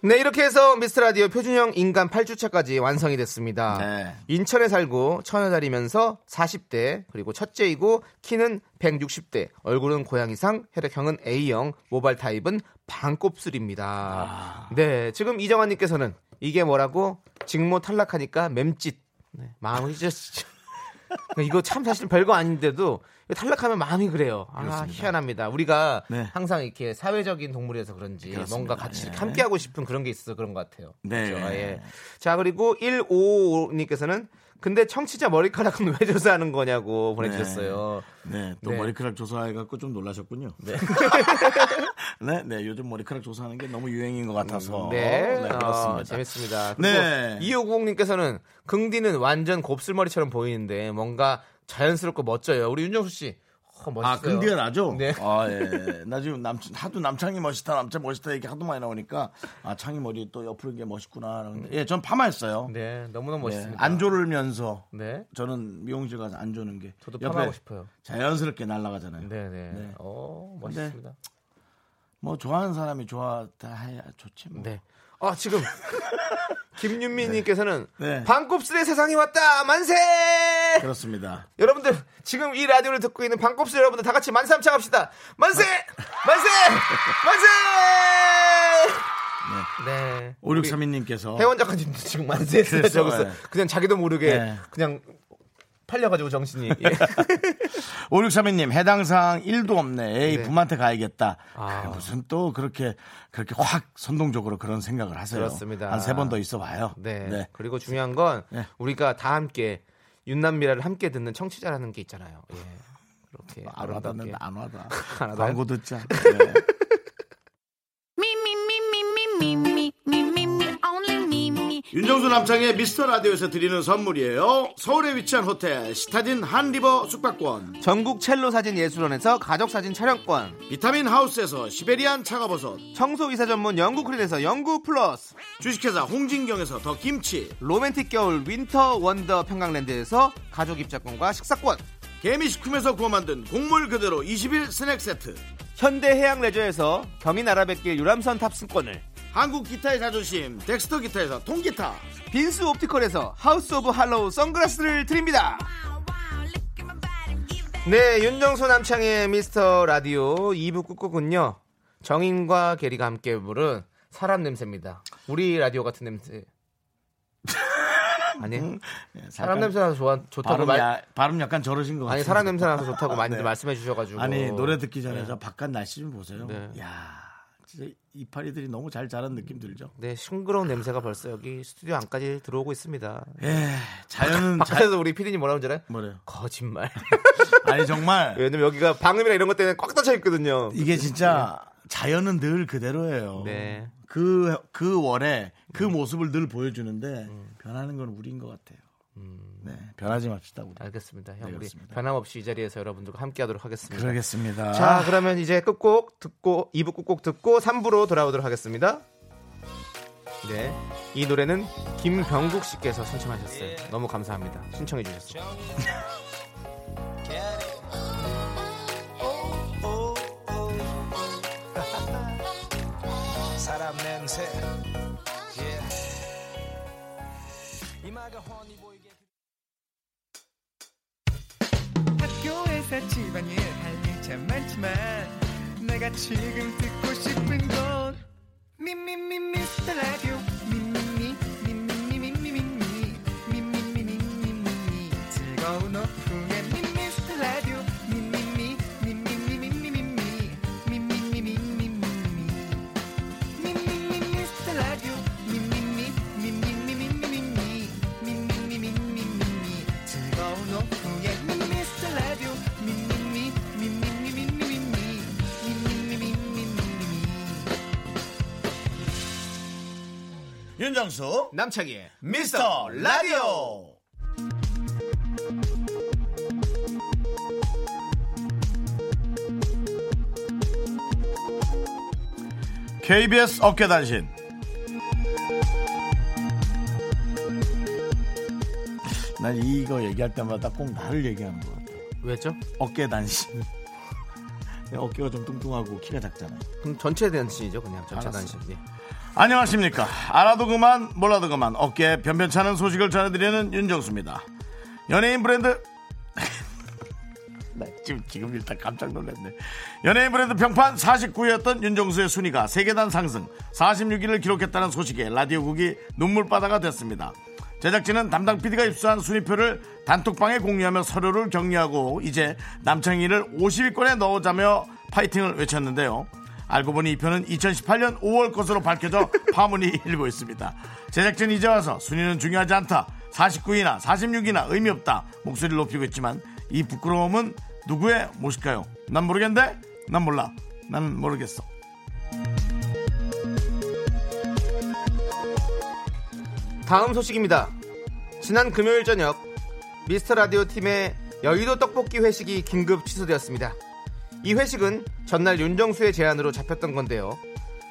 Speaker 2: 네, 이렇게 해서 미스터 라디오 표준형 인간 8주차까지 완성이 됐습니다.
Speaker 1: 네.
Speaker 2: 인천에 살고 천여 다리면서 40대, 그리고 첫째이고 키는 160대, 얼굴은 고양이상, 혈액형은 A형, 모발 타입은 반곱슬입니다. 네, 지금 이정환님께서는 이게 뭐라고 직모 탈락하니까 맴짓. 네, 마음이 찢어지죠. 그러니까 이거 참 사실 별거 아닌데도 이거 탈락하면 마음이 그래요. 아, 희한합니다. 우리가
Speaker 1: 네.
Speaker 2: 항상 이렇게 사회적인 동물이어서 그런지
Speaker 1: 그렇습니다.
Speaker 2: 뭔가 같이 이렇게
Speaker 1: 예.
Speaker 2: 함께하고 싶은 그런 게 있어서 그런 것 같아요.
Speaker 1: 네.
Speaker 2: 그렇죠? 예. 자, 그리고 155님께서는 근데 청취자 머리카락은 왜 조사하는 거냐고 보내주셨어요.
Speaker 1: 네, 또
Speaker 2: 네.
Speaker 1: 머리카락 조사해갖고 좀 놀라셨군요. 네. 네, 요즘 머리카락 조사하는 게 너무 유행인 것 같아서. 네,
Speaker 2: 어,
Speaker 1: 그렇습니다.
Speaker 2: 음, 재밌습니다.
Speaker 1: 네.
Speaker 2: 네. 2590님께서는 긍디는 완전 곱슬머리처럼 보이는데 뭔가 자연스럽고 멋져요. 우리 윤정수 씨. 어, 멋있어요.
Speaker 1: 아, 근디가 나죠?
Speaker 2: 네.
Speaker 1: 아, 예. 나 지금 남, 하도 남창이 멋있다, 남창 멋있다 이렇게 하도 많이 나오니까, 아, 창이 머리 또 옆으로 이게 멋있구나. 라는데. 예, 전 파마했어요.
Speaker 2: 네, 너무너무
Speaker 1: 예,
Speaker 2: 멋있습니다.
Speaker 1: 안 조르면서.
Speaker 2: 네.
Speaker 1: 저는 미용실 가서 안 조는 게.
Speaker 2: 저도
Speaker 1: 옆에
Speaker 2: 파마하고 싶어요.
Speaker 1: 자연스럽게 날아가잖아요.
Speaker 2: 네, 네.
Speaker 1: 네.
Speaker 2: 어, 멋있습니다.
Speaker 1: 뭐, 좋아하는 사람이 좋아다 해야 좋지 뭐.
Speaker 2: 네. 아, 지금 김윤미님께서는
Speaker 1: 네.
Speaker 2: 반곱슬의 세상이 왔다 만세!
Speaker 1: 그렇습니다.
Speaker 2: 여러분들 지금 이 라디오를 듣고 있는 반곱슬 여러분들 다 같이 만세 함창 합시다. 만세! 만세! 만세! 네. 네.
Speaker 1: 5632님께서.
Speaker 2: 회원 작가님도 지금 만세 했어요.
Speaker 1: 그래서,
Speaker 2: 저기서
Speaker 1: 예.
Speaker 2: 그냥 자기도 모르게
Speaker 1: 네.
Speaker 2: 그냥 팔려가지고 정신이 예.
Speaker 1: 5632님 해당 사항 1도 없네. 에이
Speaker 2: 네.
Speaker 1: 부모한테 가야겠다.
Speaker 2: 아.
Speaker 1: 그 무슨 또 그렇게 그렇게 확 선동적으로 그런 생각을 하세요.
Speaker 2: 그렇습니다.
Speaker 1: 한 세 번 더 있어 봐요.
Speaker 2: 네.
Speaker 1: 네.
Speaker 2: 그리고 중요한 건
Speaker 1: 네.
Speaker 2: 우리가 다 함께 윤남미라를 함께 듣는 청취자라는 게 있잖아요. 예. 그렇게
Speaker 1: 안
Speaker 2: 아름답게.
Speaker 1: 와닿는데 안 와닿아.
Speaker 2: 안 와닿아요?
Speaker 1: 광고 듣자. 네. 윤정수 남창의 미스터 라디오에서 드리는 선물이에요. 서울에 위치한 호텔 시타딘 한 리버 숙박권,
Speaker 2: 전국 첼로 사진 예술원에서 가족 사진 촬영권,
Speaker 1: 비타민 하우스에서 시베리안 차가버섯,
Speaker 2: 청소 이사 전문 영국 크린에서 영구 플러스,
Speaker 1: 주식회사 홍진경에서 더 김치,
Speaker 2: 로맨틱 겨울 윈터 원더 평강랜드에서 가족 입자권과 식사권,
Speaker 1: 개미식품에서 구워 만든 곡물 그대로 20일 스낵 세트.
Speaker 2: 현대해양레저에서 경인아라뱃길 유람선 탑승권을
Speaker 1: 한국 기타의 자존심 덱스터 기타에서 통기타
Speaker 2: 빈스 옵티컬에서 하우스 오브 할로우 선글라스를 드립니다. 네, 윤정수 남창의 미스터 라디오 2부 끝곡은요. 정인과 게리가 함께 부른 사람 냄새입니다. 우리 라디오 같은 냄새. 아니, 네, 사람 냄새 나서 좋아, 좋다고
Speaker 1: 발음,
Speaker 2: 말.
Speaker 1: 야, 발음 약간 저러신 것 같아요
Speaker 2: 아니, 사람 냄새 나서 좋다고 많이들 말씀해 주셔가지고.
Speaker 1: 아니 노래 듣기 전에 저 바깥 날씨 좀 보세요
Speaker 2: 네.
Speaker 1: 야 진짜 이파리들이 너무 잘 자란 느낌 들죠
Speaker 2: 네, 싱그러운 냄새가 벌써 여기 스튜디오 안까지 들어오고 있습니다.
Speaker 1: 예 자연은 자,
Speaker 2: 바깥에서 우리 피디님 뭐라고 하잖아요?
Speaker 1: 뭐래요
Speaker 2: 거짓말.
Speaker 1: 아니 정말
Speaker 2: 왜냐면 여기가 방음이나 이런 것 때문에 꽉 닫혀 있거든요.
Speaker 1: 이게 진짜 자연은 늘 그대로예요.
Speaker 2: 네.
Speaker 1: 그, 그 월에 그 모습을 늘 보여주는데
Speaker 2: 음.
Speaker 1: 변하는 건 우리인 것 같아요. 네. 변하지 맙시다. 우리.
Speaker 2: 알겠습니다. 형, 우리
Speaker 1: 알겠습니다.
Speaker 2: 변함없이 이 자리에서 여러분들과 함께하도록 하겠습니다.
Speaker 1: 그러겠습니다.
Speaker 2: 자, 아. 그러면 이제 끝곡 듣고 2부 끝곡 듣고 3부로 돌아오도록 하겠습니다. 네, 이 노래는 김병국 씨께서 신청하셨어요. 너무 감사합니다. 신청해 주셨어요.
Speaker 6: 학교에서 집안일 할 일 참 많지만 내가 지금 듣고 싶은 건 미미미 미스터 라디오 미미미 미미미 미미미 미미미 미미미 즐거운 오후에 미스터 라디오 미미미 미미미 미미미 미미미 미미미 미미미 미스터 라디오 미미미 미미미 미미미 미미미 미미미 즐거운 오후에 미스터 라디오 미미미 미미미 미미미 미미미 미미미
Speaker 1: 윤정수,
Speaker 2: 남창희의
Speaker 1: 미스터 라디오! KBS 업계단신. 난 이거 얘기할 때마다 꼭 나를 얘기하는 것 같아.
Speaker 2: 왜죠?
Speaker 1: 어깨단신. 어깨가 좀 뚱뚱하고 키가 작잖아요.
Speaker 2: 그럼 전체 단신이죠, 그냥 전체
Speaker 1: 알았어요.
Speaker 2: 단신. 예.
Speaker 1: 안녕하십니까. 알아도 그만, 몰라도 그만, 어깨에 변변찮은 소식을 전해드리는 윤정수입니다. 연예인 브랜드. 나 지금, 지금 일단 깜짝 놀랐네. 연예인 브랜드 평판 49위였던 윤정수의 순위가 세계단 상승 46위를 기록했다는 소식에 라디오국이 눈물바다가 됐습니다. 제작진은 담당 PD가 입수한 순위표를 단톡방에 공유하며 서류를 정리하고 이제 남창희를 50위권에 넣어자며 파이팅을 외쳤는데요. 알고 보니 이 표는 2018년 5월 것으로 밝혀져 파문이 일고 있습니다. 제작진이 이제 와서 순위는 중요하지 않다. 49위나 46위나 의미 없다. 목소리를 높이고 있지만 이 부끄러움은 누구의 몫일까요? 난 모르겠는데? 난 몰라. 난 모르겠어.
Speaker 2: 다음 소식입니다. 지난 금요일 저녁 미스터 라디오 팀의 여의도 떡볶이 회식이 긴급 취소되었습니다. 이 회식은 전날 윤정수의 제안으로 잡혔던 건데요.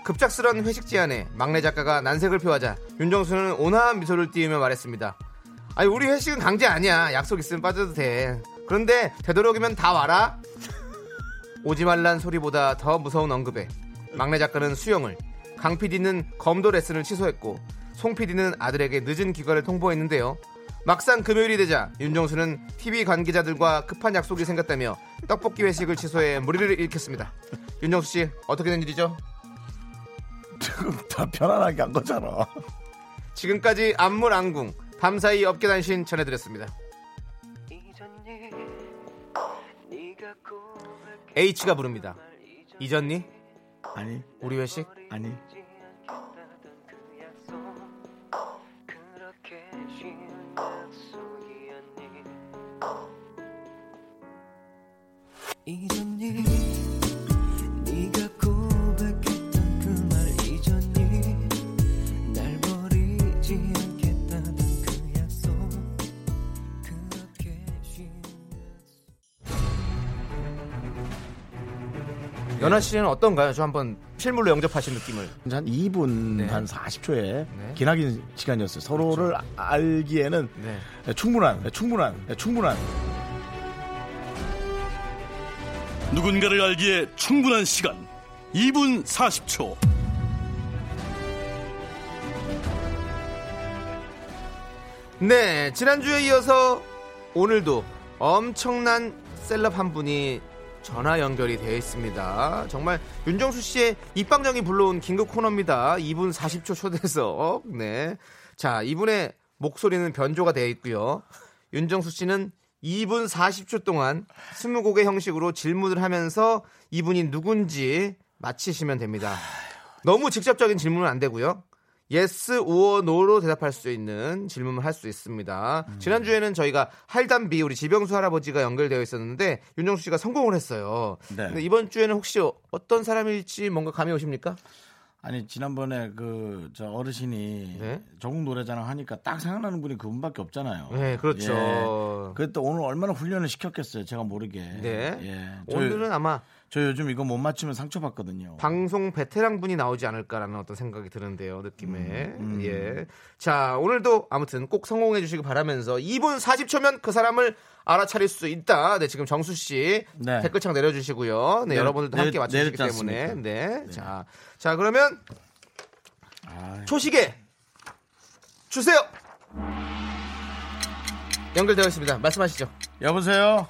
Speaker 2: 급작스런 회식 제안에 막내 작가가 난색을 표하자 윤정수는 온화한 미소를 띄우며 말했습니다. 아니 우리 회식은 강제 아니야. 약속 있으면 빠져도 돼. 그런데 되도록이면 다 와라. 오지 말란 소리보다 더 무서운 언급에 막내 작가는 수영을 강 PD는 검도 레슨을 취소했고 송 PD는 아들에게 늦은 귀가를 통보했는데요 막상 금요일이 되자 윤정수는 TV 관계자들과 급한 약속이 생겼다며 떡볶이 회식을 취소해 무리를 일으켰습니다 윤정수 씨 어떻게 된 일이죠?
Speaker 1: 지금 다 편안하게 한 거잖아.
Speaker 2: 지금까지 안물안궁 밤사이 업계단신 전해드렸습니다 H가 부릅니다 잊었니?
Speaker 1: 아니,
Speaker 2: 우리 회식?
Speaker 1: 아니.
Speaker 6: 잊었니 네가 고백했던 그 말 잊었니 날 버리지 않겠다던 그 약속 그렇게 쉬운
Speaker 2: 예. 연하 씨는 어떤가요? 저 한번 실물로 영접하신 느낌을.
Speaker 1: 한 2분,
Speaker 2: 네.
Speaker 1: 한 40초에
Speaker 2: 네. 그렇죠.
Speaker 1: 기나긴 시간이었어요. 서로를 알기에는
Speaker 2: 네.
Speaker 1: 충분한, 충분한, 충분한.
Speaker 7: 누군가를 알기에 충분한 시간 2분 40초
Speaker 2: 네, 지난주에 이어서 오늘도 엄청난 셀럽 한 분이 전화 연결이 되어 있습니다. 정말 윤정수 씨의 입방정이 불러온 긴급 코너입니다. 2분 40초 초대석. 네. 자, 이분의 목소리는 변조가 되어 있고요. 윤정수 씨는 2분 40초 동안 20곡의 형식으로 질문을 하면서 이분이 누군지 맞히시면 됩니다. 너무 직접적인 질문은 안 되고요. yes, or no로 대답할 수 있는 질문을 할 수 있습니다.
Speaker 1: 음.
Speaker 2: 지난주에는 저희가 할담비 우리 지병수 할아버지가 연결되어 있었는데 윤정수 씨가 성공을 했어요.
Speaker 1: 네.
Speaker 2: 근데 이번 주에는 혹시 어떤 사람일지 뭔가 감이 오십니까?
Speaker 1: 아니 지난번에 그 저 어르신이
Speaker 2: 네.
Speaker 1: 전국 노래자랑 하니까 딱 생각나는 분이 그분밖에 없잖아요.
Speaker 2: 네, 그렇죠.
Speaker 1: 예. 그랬더 오늘 얼마나 훈련을 시켰겠어요. 제가 모르게.
Speaker 2: 네.
Speaker 1: 예. 저,
Speaker 2: 오늘은 아마
Speaker 1: 저 요즘 이거 못 맞추면 상처받거든요.
Speaker 2: 방송 베테랑 분이 나오지 않을까라는 어떤 생각이 드는데요, 느낌에.
Speaker 1: 음,
Speaker 2: 예. 자, 오늘도 아무튼 꼭 성공해 주시기 바라면서 2분 40초면 그 사람을 알아차릴 수 있다. 네, 지금 정수 씨
Speaker 1: 네.
Speaker 2: 댓글창 내려주시고요. 네,
Speaker 1: 내려-
Speaker 2: 여러분들도 함께
Speaker 1: 내려-
Speaker 2: 맞춰주시기
Speaker 1: 내렸지
Speaker 2: 때문에.
Speaker 1: 않습니까?
Speaker 2: 네. 자, 자, 그러면 초시계 주세요! 연결되어 있습니다. 말씀하시죠.
Speaker 1: 여보세요.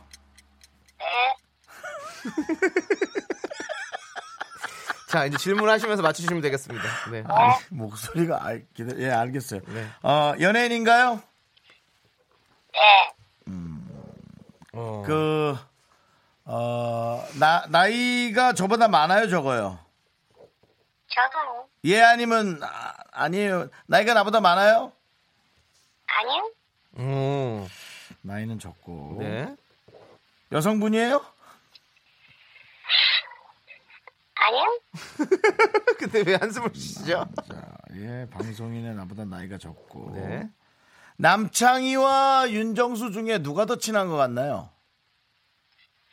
Speaker 2: 자, 이제 질문하시면서 맞추시면 되겠습니다. 네.
Speaker 1: 아. 목소리가 알, 기다- 예 알겠어요. 어, 연예인인가요? 음.
Speaker 2: 어.
Speaker 1: 그 어, 나, 나이가 저보다 많아요, 적어요.
Speaker 8: 저도
Speaker 1: 예 아니면 아, 니에요 나이가 나보다 많아요?
Speaker 8: 아니요.
Speaker 2: 오.
Speaker 1: 나이는 적고.
Speaker 2: 음, 네.
Speaker 1: 여성분이에요?
Speaker 8: 아니요.
Speaker 2: 근데 왜 한숨을 쉬시죠?
Speaker 1: 자, 예, 방송인의 나보다 나이가 적고.
Speaker 2: 네.
Speaker 1: 남창희와 윤정수 중에 누가 더 친한 것 같나요?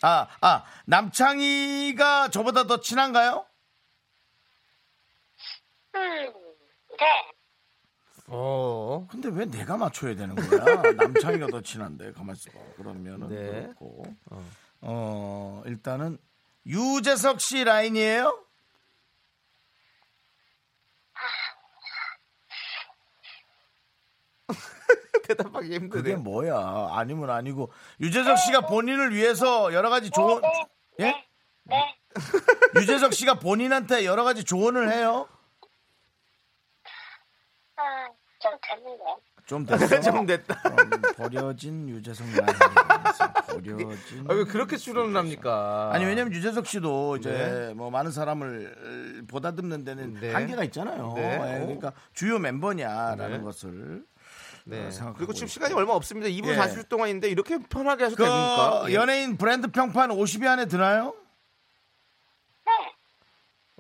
Speaker 1: 아, 아, 남창희가 저보다 더 친한가요?
Speaker 8: 음. 네.
Speaker 2: 어.
Speaker 1: 근데 왜 내가 맞춰야 되는 거야? 남창희가 더 친한데 가만 있어봐. 그러면은
Speaker 2: 네.
Speaker 1: 그렇고. 어. 일단은 유재석 씨 라인이에요?
Speaker 2: 대답하기
Speaker 1: 그게
Speaker 2: 힘드네요.
Speaker 1: 뭐야? 아니면 아니고 유재석 씨가 본인을 위해서 여러 가지 조언 예?
Speaker 8: 네.
Speaker 1: 유재석 씨가 본인한테 여러 가지 조언을 해요.
Speaker 8: 아, 좀 됐는데.
Speaker 1: 좀 됐어.
Speaker 2: 좀 됐다.
Speaker 1: 어, 버려진 유재석 라인. 버려진.
Speaker 2: 아, 왜 그렇게 추론을 합니까?
Speaker 1: 아니 왜냐면 유재석 씨도 이제 뭐 많은 사람을 보다듬는 데는
Speaker 2: 네.
Speaker 1: 한계가 있잖아요.
Speaker 2: 네.
Speaker 1: 예, 그러니까 주요 멤버냐라는
Speaker 2: 네.
Speaker 1: 것을
Speaker 2: 네.
Speaker 1: 생각하고
Speaker 2: 그리고 지금
Speaker 1: 있어요.
Speaker 2: 시간이 얼마 없습니다. 2분
Speaker 1: 예.
Speaker 2: 40초 동안인데 이렇게 편하게
Speaker 1: 그
Speaker 2: 하셔도 됩니까? 예.
Speaker 1: 연예인 브랜드 평판 50위 안에 드나요?
Speaker 8: 네.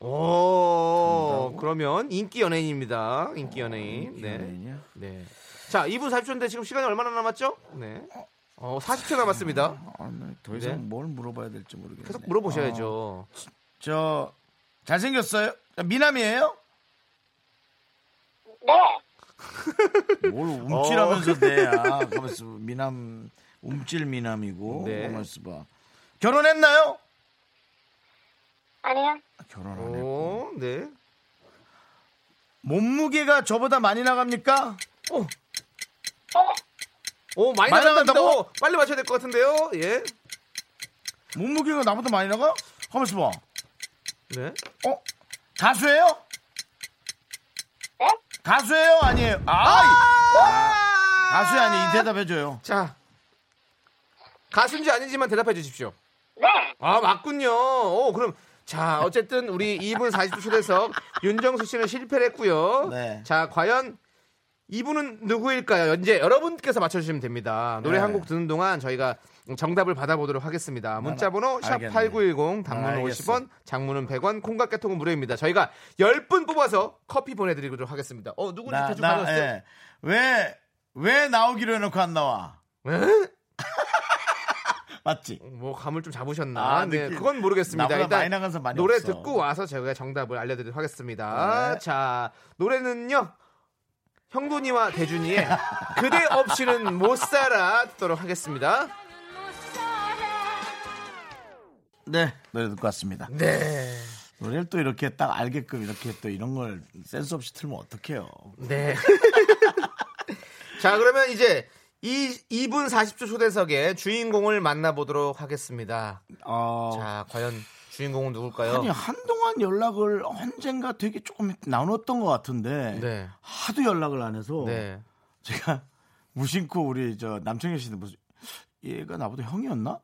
Speaker 2: 예. 오. 그러면 인기 연예인입니다. 인기 연예인. 네.
Speaker 1: 어, 연예인이야?
Speaker 2: 네. 자, 2분 40초인데 지금 시간이 얼마나 남았죠? 네. 어, 40초 남았습니다.
Speaker 1: 아, 나더 이상
Speaker 2: 네.
Speaker 1: 뭘 물어봐야 될지 모르겠네.
Speaker 2: 계속 물어보셔야죠.
Speaker 1: 아, 저 잘생겼어요? 미남이에요?
Speaker 8: 네.
Speaker 2: 어.
Speaker 1: 뭘 움찔하면서 내야 아, 가만 있어 봐. 미남 움찔 미남이고
Speaker 2: 네.
Speaker 1: 가만 있어 봐 결혼했나요?
Speaker 8: 아니요.
Speaker 1: 아, 결혼 안 했고
Speaker 2: 오, 네.
Speaker 1: 몸무게가 저보다 많이 나갑니까?
Speaker 2: 오.
Speaker 8: 네.
Speaker 2: 오, 많이
Speaker 1: 어. 많이
Speaker 2: 나간다고?
Speaker 1: 나간다고?
Speaker 2: 빨리 맞춰야 될 것 같은데요. 예.
Speaker 1: 몸무게가 나보다 많이 나가? 가만 있어 봐
Speaker 2: 네.
Speaker 1: 어? 가수예요?
Speaker 8: 네?
Speaker 1: 가수예요? 아니에요? 아이! 아, 가수 아니 이 대답해줘요
Speaker 2: 자 가수인지 아닌지만 대답해 주십시오.
Speaker 8: 네.
Speaker 2: 아 맞군요. 오 그럼 자 어쨌든 우리 2분 40초 초대석 윤정수 씨는 실패를 했고요.
Speaker 1: 네.
Speaker 2: 자 과연 이분은 누구일까요? 이제 여러분께서 맞춰주시면 됩니다. 노래
Speaker 1: 네.
Speaker 2: 한 곡 듣는 동안 저희가 정답을 받아보도록 하겠습니다. 문자번호
Speaker 1: 난 알겠네.
Speaker 2: 샵8910
Speaker 1: 난
Speaker 2: 단문은
Speaker 1: 알겠어.
Speaker 2: 50원, 장문은 100원, 콩깍개통은 무료입니다. 저희가 10분 뽑아서 커피 보내드리도록 하겠습니다. 어 누군지 대충 받았어요?
Speaker 1: 예. 나나왜왜 왜 나오기로 해놓고 안 나와
Speaker 2: 에?
Speaker 1: 맞지?
Speaker 2: 뭐 감을 좀 잡으셨나?
Speaker 1: 아,
Speaker 2: 네,
Speaker 1: 느낌.
Speaker 2: 그건 모르겠습니다.
Speaker 1: 나보다
Speaker 2: 일단
Speaker 1: 많이 나간 사람 많이
Speaker 2: 노래
Speaker 1: 없어.
Speaker 2: 듣고 와서 제가 정답을 알려드리도록 하겠습니다.
Speaker 1: 네.
Speaker 2: 자, 노래는요. 형돈이와 대준이의 그대 없이는 못 살아 듣도록 하겠습니다.
Speaker 1: 네. 노래 듣고 왔습니다.
Speaker 2: 네.
Speaker 1: 노래를 또 이렇게 딱 알게끔 이렇게 또 이런 걸 센스 없이 틀면 어떡해요.
Speaker 2: 네. 자, 그러면 이제 이 2분 40초 초대석의 주인공을 만나보도록 하겠습니다.
Speaker 1: 어,
Speaker 2: 자, 과연 주인공은 누굴까요?
Speaker 1: 아니 한동안 연락을 언젠가 되게 조금 나눴던 것 같은데
Speaker 2: 네.
Speaker 1: 하도 연락을 안 해서
Speaker 2: 네.
Speaker 1: 제가 무심코 우리 저 남청현 씨는 무슨 얘가 나보다 형이었나?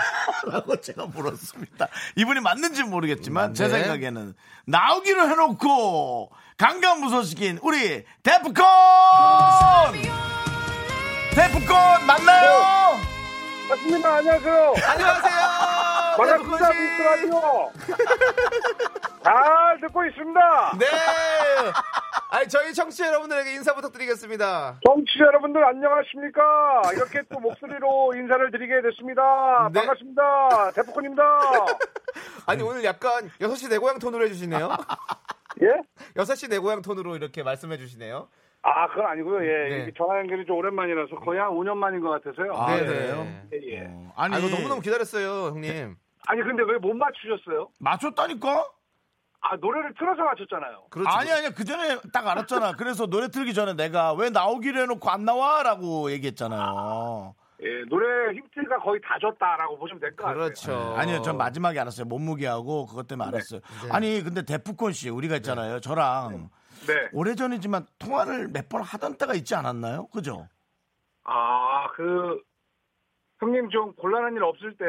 Speaker 1: 라고 제가 물었습니다. 이분이 맞는지 는 모르겠지만 제
Speaker 2: 네.
Speaker 1: 생각에는 나오기로 해놓고 강간 무소식인 우리 데프콘 데프콘 만나요.
Speaker 8: 맞습니다. 안녕하세요.
Speaker 2: 안녕하세요. 네,
Speaker 8: 반갑습니다.
Speaker 2: 데프콘 씨.
Speaker 8: 미스 라디오. 잘 듣고 있습니다.
Speaker 2: 네. 아니, 저희 청취자 여러분들에게 인사 부탁드리겠습니다.
Speaker 8: 정치자 여러분들 안녕하십니까? 이렇게 또 목소리로 인사를 드리게 됐습니다.
Speaker 2: 네.
Speaker 8: 반갑습니다. 데프콘입니다.
Speaker 2: 아니, 오늘 약간 6시 내 고향 톤으로 해주시네요.
Speaker 8: 예?
Speaker 2: 6시 내 고향 톤으로 이렇게 말씀해 주시네요.
Speaker 8: 아, 그건 아니고요. 예.
Speaker 2: 네.
Speaker 8: 이렇게 전화 연결이 좀 오랜만이라서 거의 한 5년 만인 것 같아서요.
Speaker 1: 아,
Speaker 2: 네.
Speaker 1: 그래요?
Speaker 8: 예, 예.
Speaker 1: 어, 아니
Speaker 2: 아, 이거 너무너무 기다렸어요, 형님.
Speaker 8: 아니, 근데 왜 못 맞추셨어요?
Speaker 1: 맞췄다니까?
Speaker 8: 아, 노래를 틀어서 맞췄잖아요.
Speaker 2: 그렇죠.
Speaker 1: 아니 아니야 그 전에 딱 알았잖아. 그래서 노래 틀기 전에 내가 왜 나오기로 해놓고 안 나와라고
Speaker 2: 어.
Speaker 1: 얘기했잖아요.
Speaker 8: 예, 노래 힌트가 거의 다 줬다라고 보시면 될 것 같아요.
Speaker 2: 그렇죠.
Speaker 1: 아니요, 전 마지막에 알았어요. 몸무게하고 그것 때문에 알았어요.
Speaker 2: 네.
Speaker 1: 아니 근데 데프콘 씨 우리가 있잖아요. 저랑
Speaker 8: 네.
Speaker 1: 오래 전이지만 통화를 몇 번 하던 때가 있지 않았나요? 그죠?
Speaker 8: 아, 그, 형님 좀 곤란한 일 없을 때,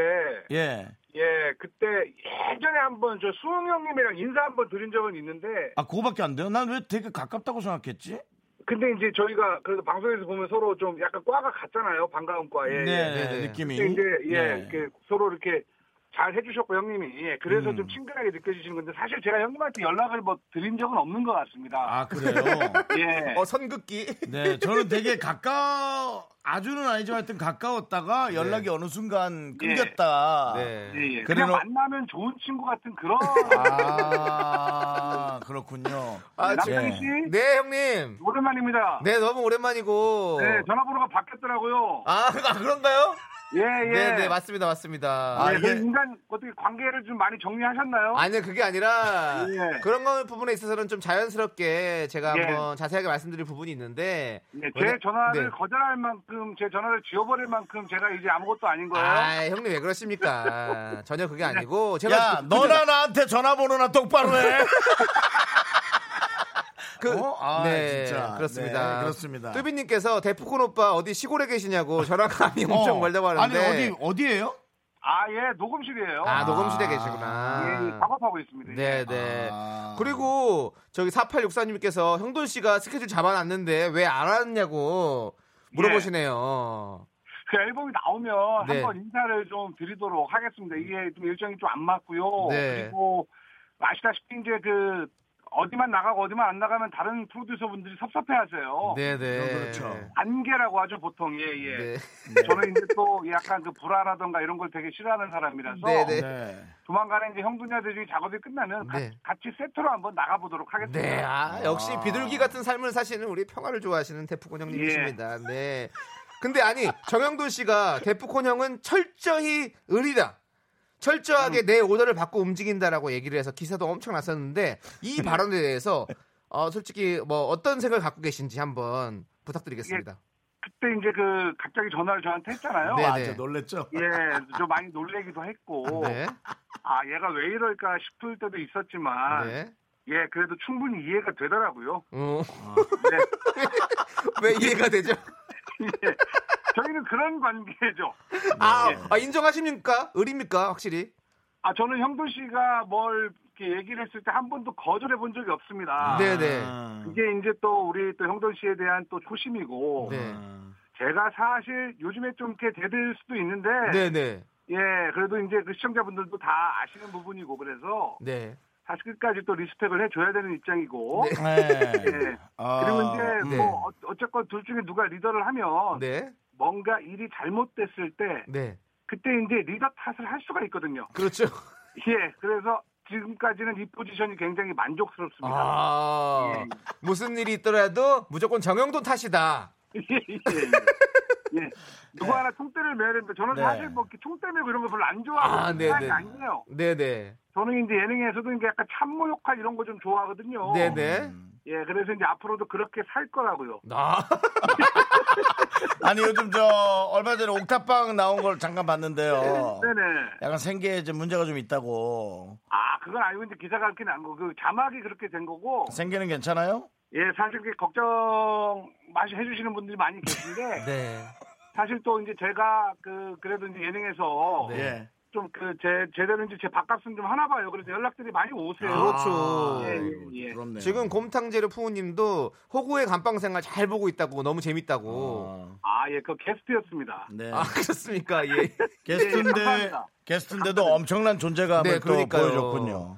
Speaker 1: 예.
Speaker 8: 예, 그때 예전에 한번 저 수흥 형님이랑 인사 한번 드린 적은 있는데,
Speaker 1: 아 그거밖에 안 돼요? 난 왜 되게 가깝다고 생각했지?
Speaker 8: 근데 이제 저희가 그래도 방송에서 보면 서로 좀 약간 과가 같잖아요. 반가운 과에.
Speaker 1: 네,
Speaker 2: 네, 네.
Speaker 1: 느낌이.
Speaker 8: 근데 이제, 예,
Speaker 1: 예.
Speaker 8: 이렇게 서로 이렇게 잘 해주셨고, 형님이. 예, 그래서
Speaker 1: 음.
Speaker 8: 좀 친근하게 느껴지시는 건데, 사실 제가 형님한테 연락을 뭐 드린 적은 없는 것 같습니다.
Speaker 1: 아 그래요?
Speaker 8: 예.
Speaker 2: 어, 선긋기.
Speaker 1: 네, 저는 되게 가까워 아주는 아니지만 하여튼 가까웠다가 연락이 어느 순간 끊겼다.
Speaker 2: 예. 네.
Speaker 8: 예, 예.
Speaker 1: 그래놓-
Speaker 8: 그냥 만나면 좋은 친구 같은 그런.
Speaker 1: 아 그렇군요.
Speaker 2: 아,
Speaker 1: 예.
Speaker 8: 남창희 씨
Speaker 2: 네, 형님.
Speaker 8: 오랜만입니다.
Speaker 2: 네, 너무 오랜만이고.
Speaker 8: 네, 전화번호가 바뀌었더라고요.
Speaker 2: 아, 아, 그런가요?
Speaker 8: 예, 예.
Speaker 2: 네, 네, 맞습니다, 맞습니다.
Speaker 1: 아,
Speaker 8: 네,
Speaker 1: 이게-
Speaker 8: 그럼 인간 어떻게 관계를 좀 많이 정리하셨나요?
Speaker 2: 아니요, 그게 아니라
Speaker 8: 예.
Speaker 2: 그런 거 부분에 있어서는 좀 자연스럽게 제가
Speaker 8: 예.
Speaker 2: 한번 자세하게 말씀드릴 부분이 있는데.
Speaker 8: 네,
Speaker 2: 왜냐-
Speaker 8: 제 전화를
Speaker 2: 네.
Speaker 8: 거절할 만큼 제 전화를 지워버릴 만큼 제가 이제 아무것도 아닌 거예요.
Speaker 2: 아, 형님 왜 그러십니까? 전혀 그게 아니고 제가
Speaker 1: 야,
Speaker 2: 그-
Speaker 1: 너나 나한테 전화번호나 똑바로 해.
Speaker 2: 그,
Speaker 1: 어? 아,
Speaker 2: 네,
Speaker 1: 진짜.
Speaker 2: 그렇습니다.
Speaker 1: 네, 그렇습니다.
Speaker 2: 뚜비님께서 데프콘 오빠 어디 시골에 계시냐고 전화가 아니 엄청 걸려고 하는데.
Speaker 1: 어. 아니 어디 어디예요?
Speaker 8: 아, 예, 녹음실이에요.
Speaker 2: 아, 녹음실에
Speaker 1: 아.
Speaker 8: 예,
Speaker 2: 계시구나.
Speaker 8: 예, 작업하고 있습니다. 예.
Speaker 2: 네, 네.
Speaker 1: 아.
Speaker 2: 그리고 저기 4864님께서 형돈 씨가 스케줄 잡아놨는데 왜 안 왔냐고 물어보시네요.
Speaker 8: 그 앨범이 나오면
Speaker 2: 네.
Speaker 8: 한번 인사를 좀 드리도록 하겠습니다. 이게 좀 일정이 좀 안 맞고요.
Speaker 2: 네.
Speaker 8: 그리고 아시다시피 이제 그 어디만 나가고 어디만 안 나가면 다른 프로듀서 분들이 섭섭해하세요.
Speaker 2: 네, 네.
Speaker 1: 어, 그렇죠.
Speaker 8: 안개라고 하죠 보통 예예.
Speaker 2: 네.
Speaker 8: 저는 이제 또 약간 그 불안하던가 이런 걸 되게 싫어하는 사람이라서
Speaker 2: 네, 네.
Speaker 1: 네.
Speaker 8: 조만간에 이제 형분야들이 작업이 끝나면 가-
Speaker 2: 네.
Speaker 8: 같이 세트로 한번 나가보도록 하겠습니다.
Speaker 2: 네, 아,
Speaker 1: 어.
Speaker 2: 역시 비둘기 같은 삶을 사시는 우리 평화를 좋아하시는 데프콘 형님이십니다.
Speaker 1: 예.
Speaker 2: 네. 근데 아니, 정영돈 씨가 데프콘 형은 철저히 을이다. 철저하게
Speaker 1: 음.
Speaker 2: 내 오더를 받고 움직인다라고 얘기를 해서 기사도 엄청 났었는데 이
Speaker 1: 음.
Speaker 2: 발언에 대해서
Speaker 1: 예.
Speaker 2: 어, 솔직히 뭐 어떤 생각을 갖고 계신지 한번 부탁드리겠습니다.
Speaker 8: 그때 이제 그 갑자기 전화를 저한테 했잖아요.
Speaker 2: 네,
Speaker 1: 예. 아,
Speaker 2: 네.
Speaker 1: 저 놀랬죠?
Speaker 8: 예, 저 많이 놀래기도 했고,
Speaker 2: 네.
Speaker 8: 아, 얘가 왜 이럴까 싶을 때도
Speaker 1: 아.
Speaker 8: 있었지만,
Speaker 2: 네.
Speaker 8: 예, 그래도 충분히 이해가 되더라고요.
Speaker 2: 어,
Speaker 8: 네.
Speaker 2: 왜 이해가 되죠?
Speaker 8: 예. 저희는 그런 관계죠.
Speaker 1: 네.
Speaker 2: 아, 아, 인정하십니까? 을입니까? 확실히.
Speaker 8: 아, 저는 형돈 씨가 뭘 이렇게 얘기를 했을 때 한 번도 거절해 본 적이 없습니다.
Speaker 2: 네, 네.
Speaker 1: 아.
Speaker 8: 이게 이제 또 우리 또 형돈 씨에 대한 또 초심이고,
Speaker 2: 네.
Speaker 8: 제가 사실 요즘에 좀 이렇게 대들 수도 있는데,
Speaker 2: 네, 네.
Speaker 8: 예, 그래도 이제 그 시청자분들도 다 아시는 부분이고, 그래서
Speaker 2: 네.
Speaker 8: 사실 끝까지 또 리스펙을 해줘야 되는 입장이고,
Speaker 1: 네.
Speaker 8: 예.
Speaker 1: 아,
Speaker 8: 그리고 이제
Speaker 2: 네.
Speaker 8: 뭐 어- 어쨌건 둘 중에 누가 리더를 하면
Speaker 2: 네.
Speaker 8: 뭔가 일이 잘못됐을 때
Speaker 2: 네.
Speaker 8: 그때 이제 리더 탓을 할 수가 있거든요.
Speaker 2: 그렇죠.
Speaker 8: 예, 그래서 지금까지는 이 포지션이 굉장히 만족스럽습니다.
Speaker 2: 아, 무슨 일이 있더라도 무조건 정영돈 탓이다.
Speaker 8: 예, 예, 예. 예.
Speaker 2: 네.
Speaker 8: 누구 하나 총대를 매야 되는데 저는
Speaker 1: 네.
Speaker 8: 사실 뭐 이렇게 총대 매고 이런 거 별로 안 좋아하고
Speaker 2: 아, 네,
Speaker 8: 스타일이
Speaker 2: 네.
Speaker 8: 아니에요.
Speaker 2: 네네.
Speaker 8: 저는 이제 예능에서도 이게 약간 참모 역할 이런 거 좀 좋아하거든요.
Speaker 2: 네네.
Speaker 1: 음.
Speaker 8: 예, 그래서 이제 앞으로도 그렇게 살 거라고요.
Speaker 2: 아,
Speaker 1: 아니 요즘 저 얼마 전에 옥탑방 나온 걸 잠깐 봤는데요.
Speaker 8: 네네.
Speaker 1: 약간 생계에 좀 문제가 좀 있다고.
Speaker 8: 아, 그건 아니고 이제 기사가 그렇게 난 거. 그 자막이 그렇게 된 거고.
Speaker 1: 생계는 괜찮아요?
Speaker 8: 예, 사실 그 걱정 많이 해주시는 분들이 많이 계신데
Speaker 2: 네.
Speaker 8: 사실 또 이제 제가 그 그래도 이제 예능에서
Speaker 2: 네.
Speaker 1: 예.
Speaker 8: 좀 그 제 제대로 이제 제 밥값은 좀 하나 봐요. 그래서 연락들이 많이 오세요.
Speaker 2: 그렇죠.
Speaker 8: 예,
Speaker 1: 아이고,
Speaker 8: 예.
Speaker 1: 부럽네요.
Speaker 2: 지금 곰탕재료 푸우님도 호구의 감방 생활 잘 보고 있다고 너무 재밌다고.
Speaker 1: 어,
Speaker 8: 아, 예, 그 게스트였습니다.
Speaker 1: 네.
Speaker 2: 아 그렇습니까? 예.
Speaker 1: 게스트인데
Speaker 8: 예, 감사합니다.
Speaker 1: 게스트인데도 엄청난 존재감을
Speaker 2: 네,
Speaker 1: 또
Speaker 2: 그러니까요.
Speaker 1: 보여줬군요.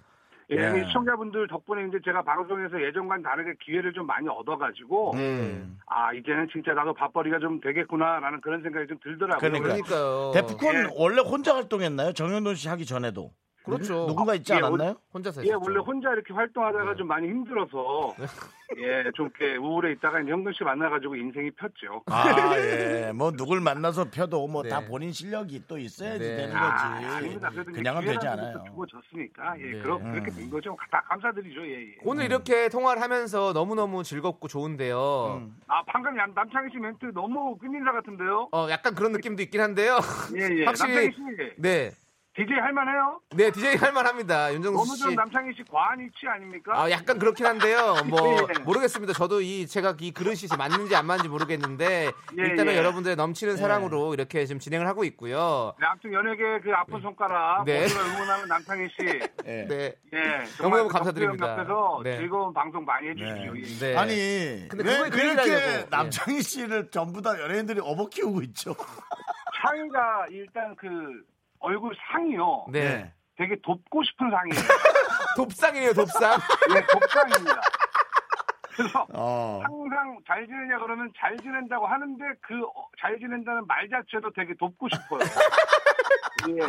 Speaker 8: 예,
Speaker 1: 예.
Speaker 8: 이 시청자분들 덕분에 이제 제가 방송에서 예전과는 다르게 기회를 좀 많이 얻어가지고
Speaker 1: 음.
Speaker 8: 아 이제는 진짜 나도 밥벌이가 좀 되겠구나라는 그런 생각이 좀 들더라고요.
Speaker 1: 그러니까.
Speaker 2: 그러니까요.
Speaker 1: 데프콘
Speaker 8: 예.
Speaker 1: 원래 혼자 활동했나요? 정현돈 씨 하기 전에도
Speaker 2: 그렇죠.
Speaker 1: 누군가 있지
Speaker 8: 예,
Speaker 1: 않았나요?
Speaker 2: 혼자서
Speaker 8: 예,
Speaker 2: 했었죠. 네.
Speaker 8: 원래 혼자 이렇게 활동하다가 좀 많이 힘들어서 예, 좀 이렇게 우울해 있다가 이제 형근 씨 만나가지고 인생이 폈죠.
Speaker 1: 아, 예. 뭐 누굴 만나서 펴도 뭐
Speaker 2: 네.
Speaker 1: 다 본인 실력이 또 있어야지
Speaker 2: 네.
Speaker 1: 되는
Speaker 8: 아,
Speaker 1: 거지.
Speaker 8: 아닙니다. 그래도 이제
Speaker 1: 그냥은
Speaker 8: 기회라는
Speaker 1: 되지
Speaker 8: 것도
Speaker 1: 않아요.
Speaker 8: 주고 졌으니까 예,
Speaker 2: 네.
Speaker 8: 그렇 그렇게 된 거죠. 다 감사드리죠. 예, 예.
Speaker 2: 오늘 이렇게 통화를 하면서 너무너무 즐겁고 좋은데요.
Speaker 1: 음.
Speaker 8: 아 방금 남- 남창희 씨 멘트 너무 끝인사 같은데요.
Speaker 2: 어, 약간 그런 느낌도 있긴 한데요.
Speaker 8: 예, 예.
Speaker 2: 확실히
Speaker 8: 남창희 씨
Speaker 2: 네.
Speaker 8: DJ 할만해요?
Speaker 2: 네, DJ 할 만합니다.
Speaker 8: 너무
Speaker 2: 윤정수
Speaker 8: 좀
Speaker 2: 음, 씨.
Speaker 8: 남창희 씨 과한 이치 아닙니까?
Speaker 2: 아, 약간 그렇긴 한데요. 뭐
Speaker 8: 예.
Speaker 2: 모르겠습니다. 저도 이 제가 이 그릇이 지금 맞는지 안 맞는지 모르겠는데
Speaker 8: 예,
Speaker 2: 일단은
Speaker 8: 예.
Speaker 2: 여러분들의 넘치는 사랑으로 이렇게 지금 진행을 하고 있고요.
Speaker 8: 네, 아무튼 연예계 그 아픈 손가락
Speaker 2: 네.
Speaker 8: 모두가 응원하는 남창희 씨.
Speaker 1: 예.
Speaker 2: 네.
Speaker 8: 예,
Speaker 2: 너무너무 감사드립니다.
Speaker 8: 앞에서
Speaker 2: 네.
Speaker 8: 즐거운 방송 많이 해주시고요.
Speaker 1: 네.
Speaker 8: 예.
Speaker 2: 네.
Speaker 1: 아니
Speaker 2: 근데
Speaker 1: 왜
Speaker 2: 그걸 그
Speaker 1: 그렇게
Speaker 2: 얘기하려고.
Speaker 1: 남창희 씨를 전부 다 연예인들이 어버 키우고 있죠?
Speaker 8: 창희가 일단 그 얼굴 상이요.
Speaker 2: 네.
Speaker 1: 예.
Speaker 8: 되게 돕고 싶은 상이에요.
Speaker 2: 돕상이에요, 돕상.
Speaker 8: 예, 돕상입니다. 그래서
Speaker 1: 어.
Speaker 8: 항상 잘 지내냐 그러면 잘 지낸다고 하는데 그 잘 지낸다는 말 자체도 되게 돕고 싶어요. 예.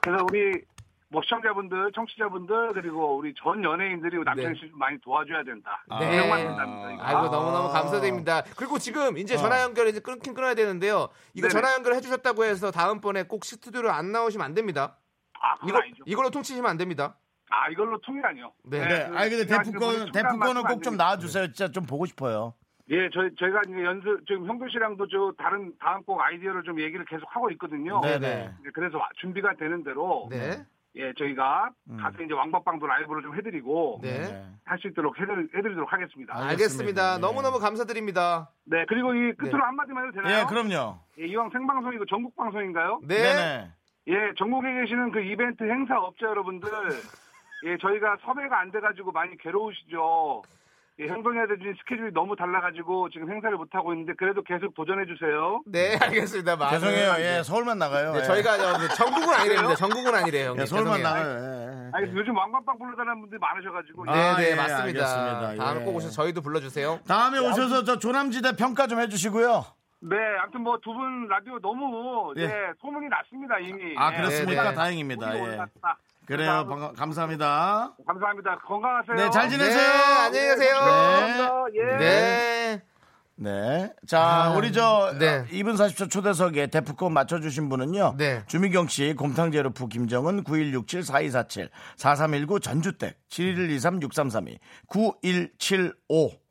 Speaker 8: 그래서 우리 뭐 시청자분들, 청취자분들 그리고 우리 전 연예인들이 남편
Speaker 2: 네.
Speaker 8: 씨 좀 많이 도와줘야 된다.
Speaker 1: 아.
Speaker 2: 네.
Speaker 8: 이런 말 된답니다, 이거.
Speaker 2: 아이고 너무너무 감사드립니다. 그리고 지금
Speaker 1: 어.
Speaker 2: 이제 전화 연결 이제 끊긴 끊어야 되는데요. 이거
Speaker 8: 네네.
Speaker 2: 전화 연결 해주셨다고 해서 다음번에 꼭 스튜디오로 안 나오시면 안 됩니다.
Speaker 8: 아, 그거
Speaker 2: 이거
Speaker 8: 아니죠.
Speaker 2: 이걸로 통치시면 안 됩니다.
Speaker 8: 아, 이걸로 통일하니요. 그
Speaker 2: 네.
Speaker 1: 네. 아니 근데 데프콘 데프콘은 꼭 좀
Speaker 8: 나.
Speaker 1: 나와주세요. 진짜 좀 보고 싶어요.
Speaker 8: 예, 저희 저희가 이제 연습 지금 형도 씨랑도 저 다른 다음 곡 아이디어를 좀 얘기를 계속 하고 있거든요.
Speaker 1: 네네.
Speaker 8: 이제 그래서 와- 준비가 되는 대로
Speaker 2: 네.
Speaker 8: 예 저희가
Speaker 1: 음.
Speaker 8: 가서 이제 왕박방도 라이브를 좀 해드리고
Speaker 2: 네.
Speaker 8: 할 수 있도록 해드리, 해드리도록 하겠습니다.
Speaker 1: 아, 어. 알겠습니다.
Speaker 2: 알겠습니다.
Speaker 1: 네.
Speaker 2: 너무너무 감사드립니다.
Speaker 8: 네, 그리고 이 끝으로
Speaker 2: 네.
Speaker 8: 한마디만 해도 되나요?
Speaker 1: 예, 그럼요.
Speaker 8: 예, 이왕 생방송이고 전국 방송인가요?
Speaker 2: 네.
Speaker 1: 네네.
Speaker 8: 예, 전국에 계시는 그 이벤트 행사 업자 여러분들, 예, 저희가 섭외가 안 돼가지고 많이 괴로우시죠. 예, 형성해야 되는 스케줄이 너무 달라가지고 지금 행사를 못하고 있는데 그래도 계속 도전해주세요.
Speaker 2: 네, 알겠습니다. 많은-
Speaker 1: 죄송해요. 예, 서울만 나가요.
Speaker 2: 네,
Speaker 1: 예.
Speaker 2: 저희가 저- 전국은 아니래요. 전국은 아니래요. 형님.
Speaker 1: 예, 서울만
Speaker 2: 죄송해요.
Speaker 1: 나가요. 예, 예.
Speaker 8: 아니, 요즘 왕방방 불러달라는 분들이 많으셔가지고.
Speaker 2: 네,
Speaker 1: 아,
Speaker 2: 네,
Speaker 1: 예,
Speaker 2: 맞습니다.
Speaker 1: 알겠습니다.
Speaker 2: 다음에
Speaker 1: 예.
Speaker 2: 꼭 오셔서 저희도 불러주세요.
Speaker 1: 다음에 오셔서 저 조남지대 평가 좀 해주시고요.
Speaker 8: 네, 아무튼 뭐 두 분 라디오 너무,
Speaker 1: 예.
Speaker 8: 예, 소문이 났습니다, 이미.
Speaker 1: 아
Speaker 8: 예,
Speaker 1: 그렇습니까?
Speaker 2: 네, 네.
Speaker 8: 소문이
Speaker 1: 다행입니다. 예.
Speaker 8: 올랐다.
Speaker 1: 그래요. 반가- 감사합니다.
Speaker 8: 감사합니다. 건강하세요.
Speaker 1: 네, 잘 지내세요.
Speaker 2: 네, 안녕히 계세요.
Speaker 8: 감사합니다. 예.
Speaker 2: 네.
Speaker 1: 네. 자,
Speaker 2: 아,
Speaker 1: 우리 저
Speaker 2: 네.
Speaker 1: 2분 40초 초대석에 데프콘 맞춰주신 분은요.
Speaker 2: 네.
Speaker 1: 주미경 씨, 곰탕제로프 김정은 9167-4247, 4319 전주댁, 7123-6332,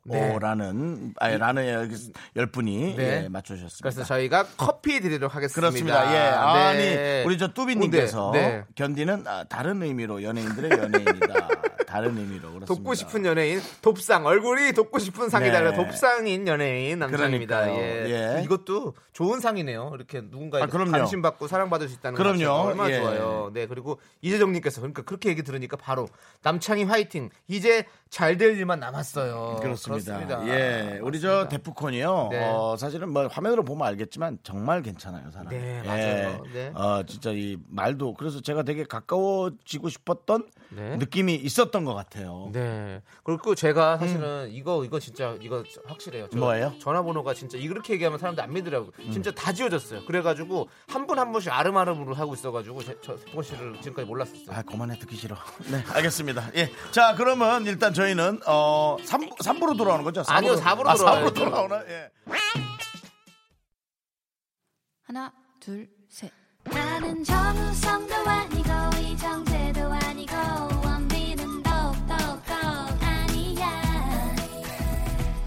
Speaker 1: 9175라는, 아니, 라는 열- 열 분이
Speaker 2: 네.
Speaker 1: 예, 맞춰주셨습니다.
Speaker 2: 그래서 저희가 커피 드리도록 하겠습니다.
Speaker 1: 그렇습니다. 예. 아니,
Speaker 2: 네.
Speaker 1: 우리 저 뚜비님께서
Speaker 2: 오, 네, 네.
Speaker 1: 견디는 아, 다른 의미로 연예인들의 연예인이다. 다른 의미로. 그렇습니다.
Speaker 2: 돕고 싶은 연예인 돕상 얼굴이 돕고 싶은 상이
Speaker 1: 네.
Speaker 2: 달라 돕상인 연예인 남자입니다.
Speaker 1: 그러니까요.
Speaker 2: 예.
Speaker 1: 예.
Speaker 2: 이것도 좋은 상이네요. 이렇게 누군가
Speaker 1: 아, 그럼요.
Speaker 2: 관심 받고 사랑받을 수 있다는
Speaker 1: 그럼요.
Speaker 2: 것 자체가 얼마나
Speaker 1: 예.
Speaker 2: 좋아요. 네 그리고 이재정님께서 그러니까 그렇게 얘기 들으니까 바로 남창이 화이팅 이제 잘 될 일만 남았어요.
Speaker 1: 그렇습니다.
Speaker 2: 그렇습니다. 아,
Speaker 1: 예, 우리 저 데프콘이요.
Speaker 2: 네.
Speaker 1: 어, 사실은 뭐 화면으로 보면 알겠지만 정말 괜찮아요, 사람.
Speaker 2: 네, 맞아요. 네.
Speaker 1: 어, 진짜 이 말도 그래서 제가 되게 가까워지고 싶었던
Speaker 2: 네.
Speaker 1: 느낌이 있었던 것 같아요. 음.
Speaker 2: 네. 그리고 제가 사실은 이거 이거 진짜 이거 확실해요. 저
Speaker 1: 뭐예요? 음.
Speaker 2: 전화번호가 진짜 이렇게 얘기하면 사람들 안 믿으라고. 진짜 다 지워졌어요. 그래가지고 한 분 한 분씩 아름아름으로 하고 있어가지고 제- 저 세포 씨를 지금까지 몰랐었어요.
Speaker 1: 아, 그만해 듣기 싫어. 네, 알겠습니다. 예. 자, 그러면 일단 저희는 어, 3, 삼부로 돌아오는 거죠?
Speaker 2: 아니요, 네,
Speaker 1: 삼부로.
Speaker 2: 사부로
Speaker 1: 아, 4부로
Speaker 2: 돌아와야죠.
Speaker 1: 돌아오나? 예.
Speaker 9: 하나, 둘, 셋.
Speaker 10: 나는 정우성도 아니고 이정재도 아니고 원빈은 더욱더 아니야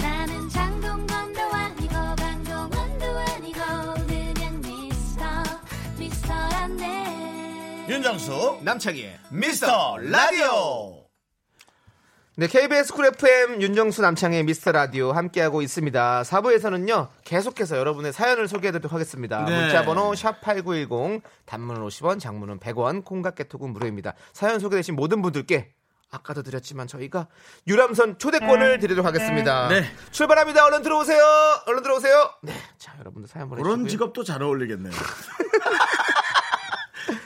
Speaker 10: 나는 장동건도 아니고 강동원도 아니고 그냥 미스터 미스터란데
Speaker 1: 윤정수
Speaker 2: 남창희의
Speaker 1: 미스터 라디오
Speaker 2: 네, KBS 쿨 FM 윤정수 남창의 미스터 라디오 함께하고 있습니다. 4부에서는요, 계속해서 여러분의 사연을 소개해드리도록 하겠습니다.
Speaker 1: 네.
Speaker 2: 문자번호 샵8910, 단문은 50원, 장문은 100원, 콩각개톡은 무료입니다. 사연 소개되신 모든 분들께 아까도 드렸지만 저희가 유람선 초대권을 드리도록 하겠습니다.
Speaker 1: 네.
Speaker 2: 출발합니다. 얼른 들어오세요. 얼른 들어오세요. 네, 자, 여러분들 사연 보내주시고요.
Speaker 1: 그런 직업도 잘 어울리겠네요.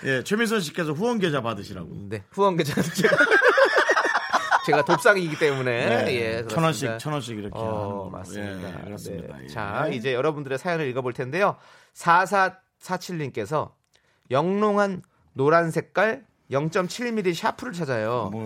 Speaker 1: 예, 최민선 씨께서 후원 계좌 받으시라고.
Speaker 2: 네, 후원 계좌 제가, 제가 돕상이기 때문에
Speaker 1: 네,
Speaker 2: 예,
Speaker 1: 천 원씩,
Speaker 2: 그렇습니다.
Speaker 1: 천 원씩 이렇게 하는
Speaker 2: 어,
Speaker 1: 걸로.
Speaker 2: 맞습니다.
Speaker 1: 예, 그렇습니다.
Speaker 2: 네.
Speaker 1: 예.
Speaker 2: 자, 이제 여러분들의 사연을 읽어볼 텐데요. 4447님께서 영롱한 노란 색깔 0.7mm 샤프를
Speaker 1: 뭐,
Speaker 2: 찾아요.
Speaker 1: 예,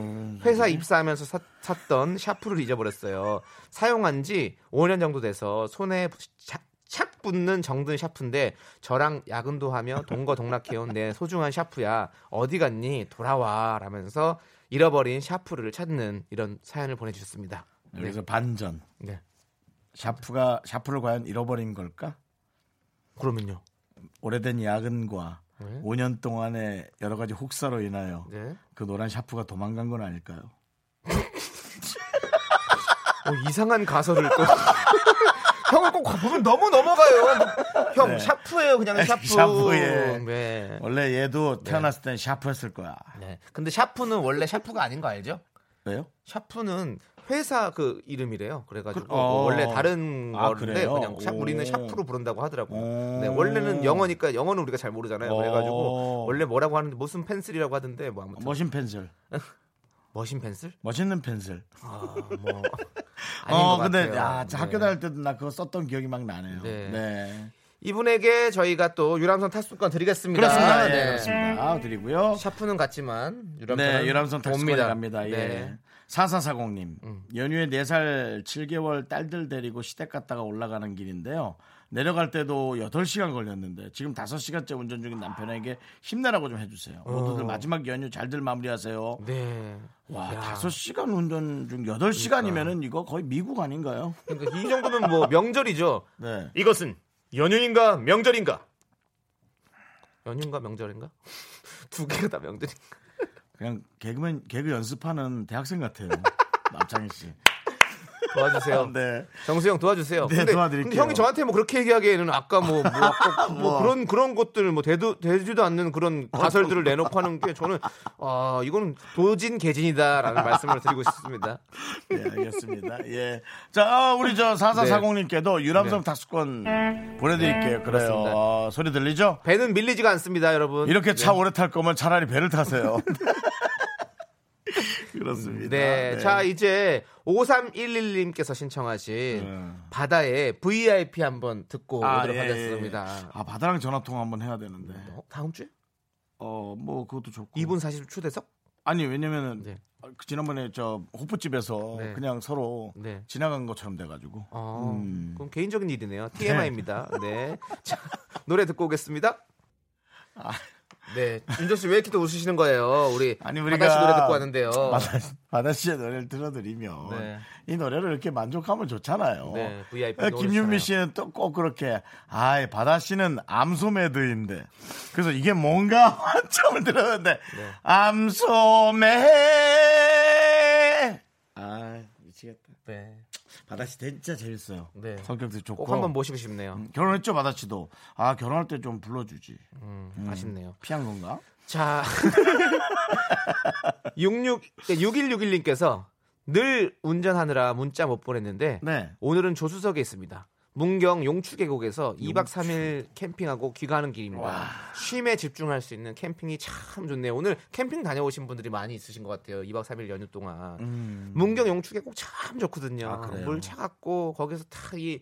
Speaker 2: 회사 입사하면서 사- 샀던 샤프를 잊어버렸어요. 사용한 지 5년 정도 돼서 손에 착, 착 붙는 정든 샤프인데 저랑 야근도 하며 동거동락해온 내 소중한 샤프야. 어디 갔니? 돌아와. 라면서 잃어버린 샤프를 찾는 이런 사연을 보내주셨습니다. 네.
Speaker 1: 여기서 반전.
Speaker 2: 네.
Speaker 1: 샤프가 샤프를 과연 잃어버린 걸까?
Speaker 2: 그러면요.
Speaker 1: 오래된 야근과
Speaker 2: 네.
Speaker 1: 5년 동안의 여러 가지 혹사로 인하여
Speaker 2: 네.
Speaker 1: 그 노란 샤프가 도망간 건 아닐까요?
Speaker 2: 어, 이상한 가설을 또. 형은 꼭 보면 너무 넘어가요. 뭐, 형
Speaker 1: 네.
Speaker 2: 샤프예요, 그냥 샤프.
Speaker 1: 샤프예.
Speaker 2: 네.
Speaker 1: 원래 얘도 태어났을 땐 샤프했을 거야.
Speaker 2: 네. 근데 샤프는 원래 샤프가 아닌 거 알죠?
Speaker 1: 왜요?
Speaker 2: 샤프는 회사 그 이름이래요. 그래가지고 뭐
Speaker 1: 그- 어.
Speaker 2: 원래 다른
Speaker 1: 아,
Speaker 2: 건데
Speaker 1: 그래요?
Speaker 2: 그냥 샤,
Speaker 1: 오.
Speaker 2: 우리는 샤프로 부른다고 하더라고요.
Speaker 1: 오.
Speaker 2: 네, 원래는 영어니까 영어는 우리가 잘 모르잖아요.
Speaker 1: 오.
Speaker 2: 그래가지고 원래 뭐라고 하는데 무슨 펜슬이라고 하던데 뭐 아무튼
Speaker 1: 머신 펜슬.
Speaker 2: 머신 펜슬?
Speaker 1: 멋있는 펜슬.
Speaker 2: 아, 뭐 아닌
Speaker 1: 어,
Speaker 2: 것
Speaker 1: 근데
Speaker 2: 같아요.
Speaker 1: 야,
Speaker 2: 네.
Speaker 1: 학교 다닐 때도 나 그거 썼던 기억이 막 나네요.
Speaker 2: 네.
Speaker 1: 네.
Speaker 2: 이분에게 저희가 또 유람선 탑승권 드리겠습니다.
Speaker 1: 그렇습니다.
Speaker 2: 네.
Speaker 1: 네. 그렇습니다. 드리고요.
Speaker 2: 샤프는 갔지만 유람선은
Speaker 1: 네, 유람선 탑승권에
Speaker 2: 옵니다. 네.
Speaker 1: 갑니다. 예. 4440님, 연휴에 4살 7개월 딸들 데리고 시댁 갔다가 올라가는 길인데요. 내려갈 때도 8시간 걸렸는데 지금 5시간째 운전 중인 남편에게 힘내라고 좀 해주세요. 모두들 마지막 연휴 잘들 마무리하세요.
Speaker 2: 네.
Speaker 1: 와,
Speaker 2: 야.
Speaker 1: 5시간 운전 중 8시간이면은 이거 거의 미국 아닌가요?
Speaker 2: 그러니까 이 정도면 뭐 명절이죠.
Speaker 1: 네.
Speaker 2: 이것은 연휴인가 명절인가? 연휴인가 명절인가? 두 개가 다 명절인가?
Speaker 1: 그냥 개그맨, 개그 연습하는 대학생 같아요. 남창희 씨.
Speaker 2: 도와주세요.
Speaker 1: 네.
Speaker 2: 정수형 도와주세요.
Speaker 1: 네, 도와드릴게요.
Speaker 2: 근데 형이 저한테 뭐 그렇게 얘기하기에는 아까 뭐, 뭐, 아까 뭐
Speaker 1: 뭐. 어,
Speaker 2: 그런 그런 것들 뭐 대도 되지도 않는 그런 가설들을 내놓고 하는 게 저는 아 이거는 도진 개진이다라는 말씀을 드리고 싶습니다.
Speaker 1: 네, 알겠습니다. 예. 자, 아, 우리 저
Speaker 2: 네.
Speaker 1: 4440님께도 유람선 탑승권 보내드릴게요. 그래요.
Speaker 2: 그렇습니다.
Speaker 1: 어, 소리 들리죠?
Speaker 2: 배는 밀리지가 않습니다, 여러분. 네.
Speaker 1: 이렇게 차 오래 탈 거면 차라리 배를 타세요. 그렇습니다.
Speaker 2: 네. 자, 이제 5311님께서 신청하신 바다의 VIP 한번 듣고 아, 오도록
Speaker 1: 네. 예, 예,
Speaker 2: 하겠습니다.
Speaker 1: 예. 아, 바다랑 전화통화 한번 해야 되는데.
Speaker 2: 어, 다음 주에?
Speaker 1: 어, 뭐, 그것도 좋고.
Speaker 2: 이분 사실 초대석?
Speaker 1: 아니, 왜냐면은,
Speaker 2: 네.
Speaker 1: 아, 그 지난번에 저 호프집에서
Speaker 2: 네.
Speaker 1: 그냥 서로
Speaker 2: 네.
Speaker 1: 지나간 것처럼 돼가지고.
Speaker 2: 어,
Speaker 1: 음.
Speaker 2: 그럼 개인적인 일이네요. TMI입니다. 네. 자, 노래 듣고 오겠습니다. 네. 윤정 씨 왜 이렇게 또 웃으시는 거예요? 우리
Speaker 1: 아니,
Speaker 2: 바다
Speaker 1: 우리가-
Speaker 2: 씨 노래 듣고 왔는데요.
Speaker 1: 바다, 바다 씨의 노래를 들어드리면
Speaker 2: 어. 네.
Speaker 1: 이 노래를 이렇게 만족하면 좋잖아요.
Speaker 2: 네, VIP
Speaker 1: 예,
Speaker 2: 노래
Speaker 1: 김윤미
Speaker 2: 좋잖아요.
Speaker 1: 씨는 또 꼭 그렇게 아, 이 바다 씨는 암소매드인데 그래서 이게 뭔가 한참을 들었는데
Speaker 2: 네.
Speaker 1: 암소매 아 미치겠다.
Speaker 2: 네.
Speaker 1: 바다 씨 진짜 재밌어요.
Speaker 2: 네.
Speaker 1: 성격도 좋고
Speaker 2: 꼭 한번 모시고 음. 싶네요.
Speaker 1: 결혼했죠 바다 씨도 아 결혼할 때 좀 불러주지
Speaker 2: 음, 아쉽네요.
Speaker 1: 피한 건가?
Speaker 2: 자, 66, 6161님께서 네, 늘 운전하느라 문자 못 보냈는데
Speaker 1: 네.
Speaker 2: 오늘은 조수석에 있습니다. 문경 용추계곡에서 2박 3일 캠핑하고 귀가하는 길입니다. 쉼에 집중할 수 있는 캠핑이 참 좋네요. 오늘 캠핑 다녀오신 분들이 많이 있으신 것 같아요. 2박 3일 연휴 동안.
Speaker 1: 음.
Speaker 2: 문경 용추계곡 참 좋거든요. 물 차갑고 거기서 다이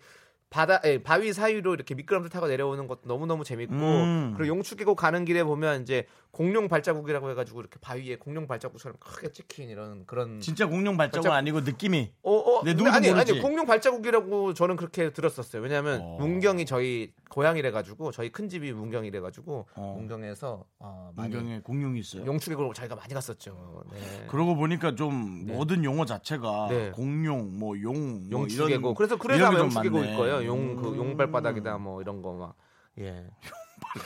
Speaker 2: 바다 예, 바위 사이로 이렇게 미끄럼틀 타고 내려오는 것도 너무너무 재밌고
Speaker 1: 음.
Speaker 2: 그리고 용추계곡 가는 길에 보면 이제 공룡 발자국이라고 해가지고 이렇게 바위에 공룡 발자국처럼 크게 찍힌 이런 그런
Speaker 1: 진짜 공룡 발자국
Speaker 2: 발자국.
Speaker 1: 아니고 느낌이
Speaker 2: 어, 어,
Speaker 1: 내
Speaker 2: 근데
Speaker 1: 누군지
Speaker 2: 아니,
Speaker 1: 모르지?
Speaker 2: 아니, 공룡 발자국이라고 저는 그렇게 들었었어요. 왜냐하면
Speaker 1: 어.
Speaker 2: 문경이 저희 고향이래가지고 저희 큰 집이 문경이래가지고
Speaker 1: 어.
Speaker 2: 문경에서 어, 많이
Speaker 1: 문경에 공룡이 있어요.
Speaker 2: 용축이고 자기가 많이 갔었죠. 네.
Speaker 1: 그러고 보니까 좀 모든 용어 자체가
Speaker 2: 네.
Speaker 1: 공룡, 뭐용 뭐 이런
Speaker 2: 용축이고 그래서 그래서
Speaker 1: 이런
Speaker 2: 아마
Speaker 1: 게좀
Speaker 2: 용축이고
Speaker 1: 많네. 음.
Speaker 2: 있거예요 용 그 용발바닥이다 뭐 이런 거 막. 예.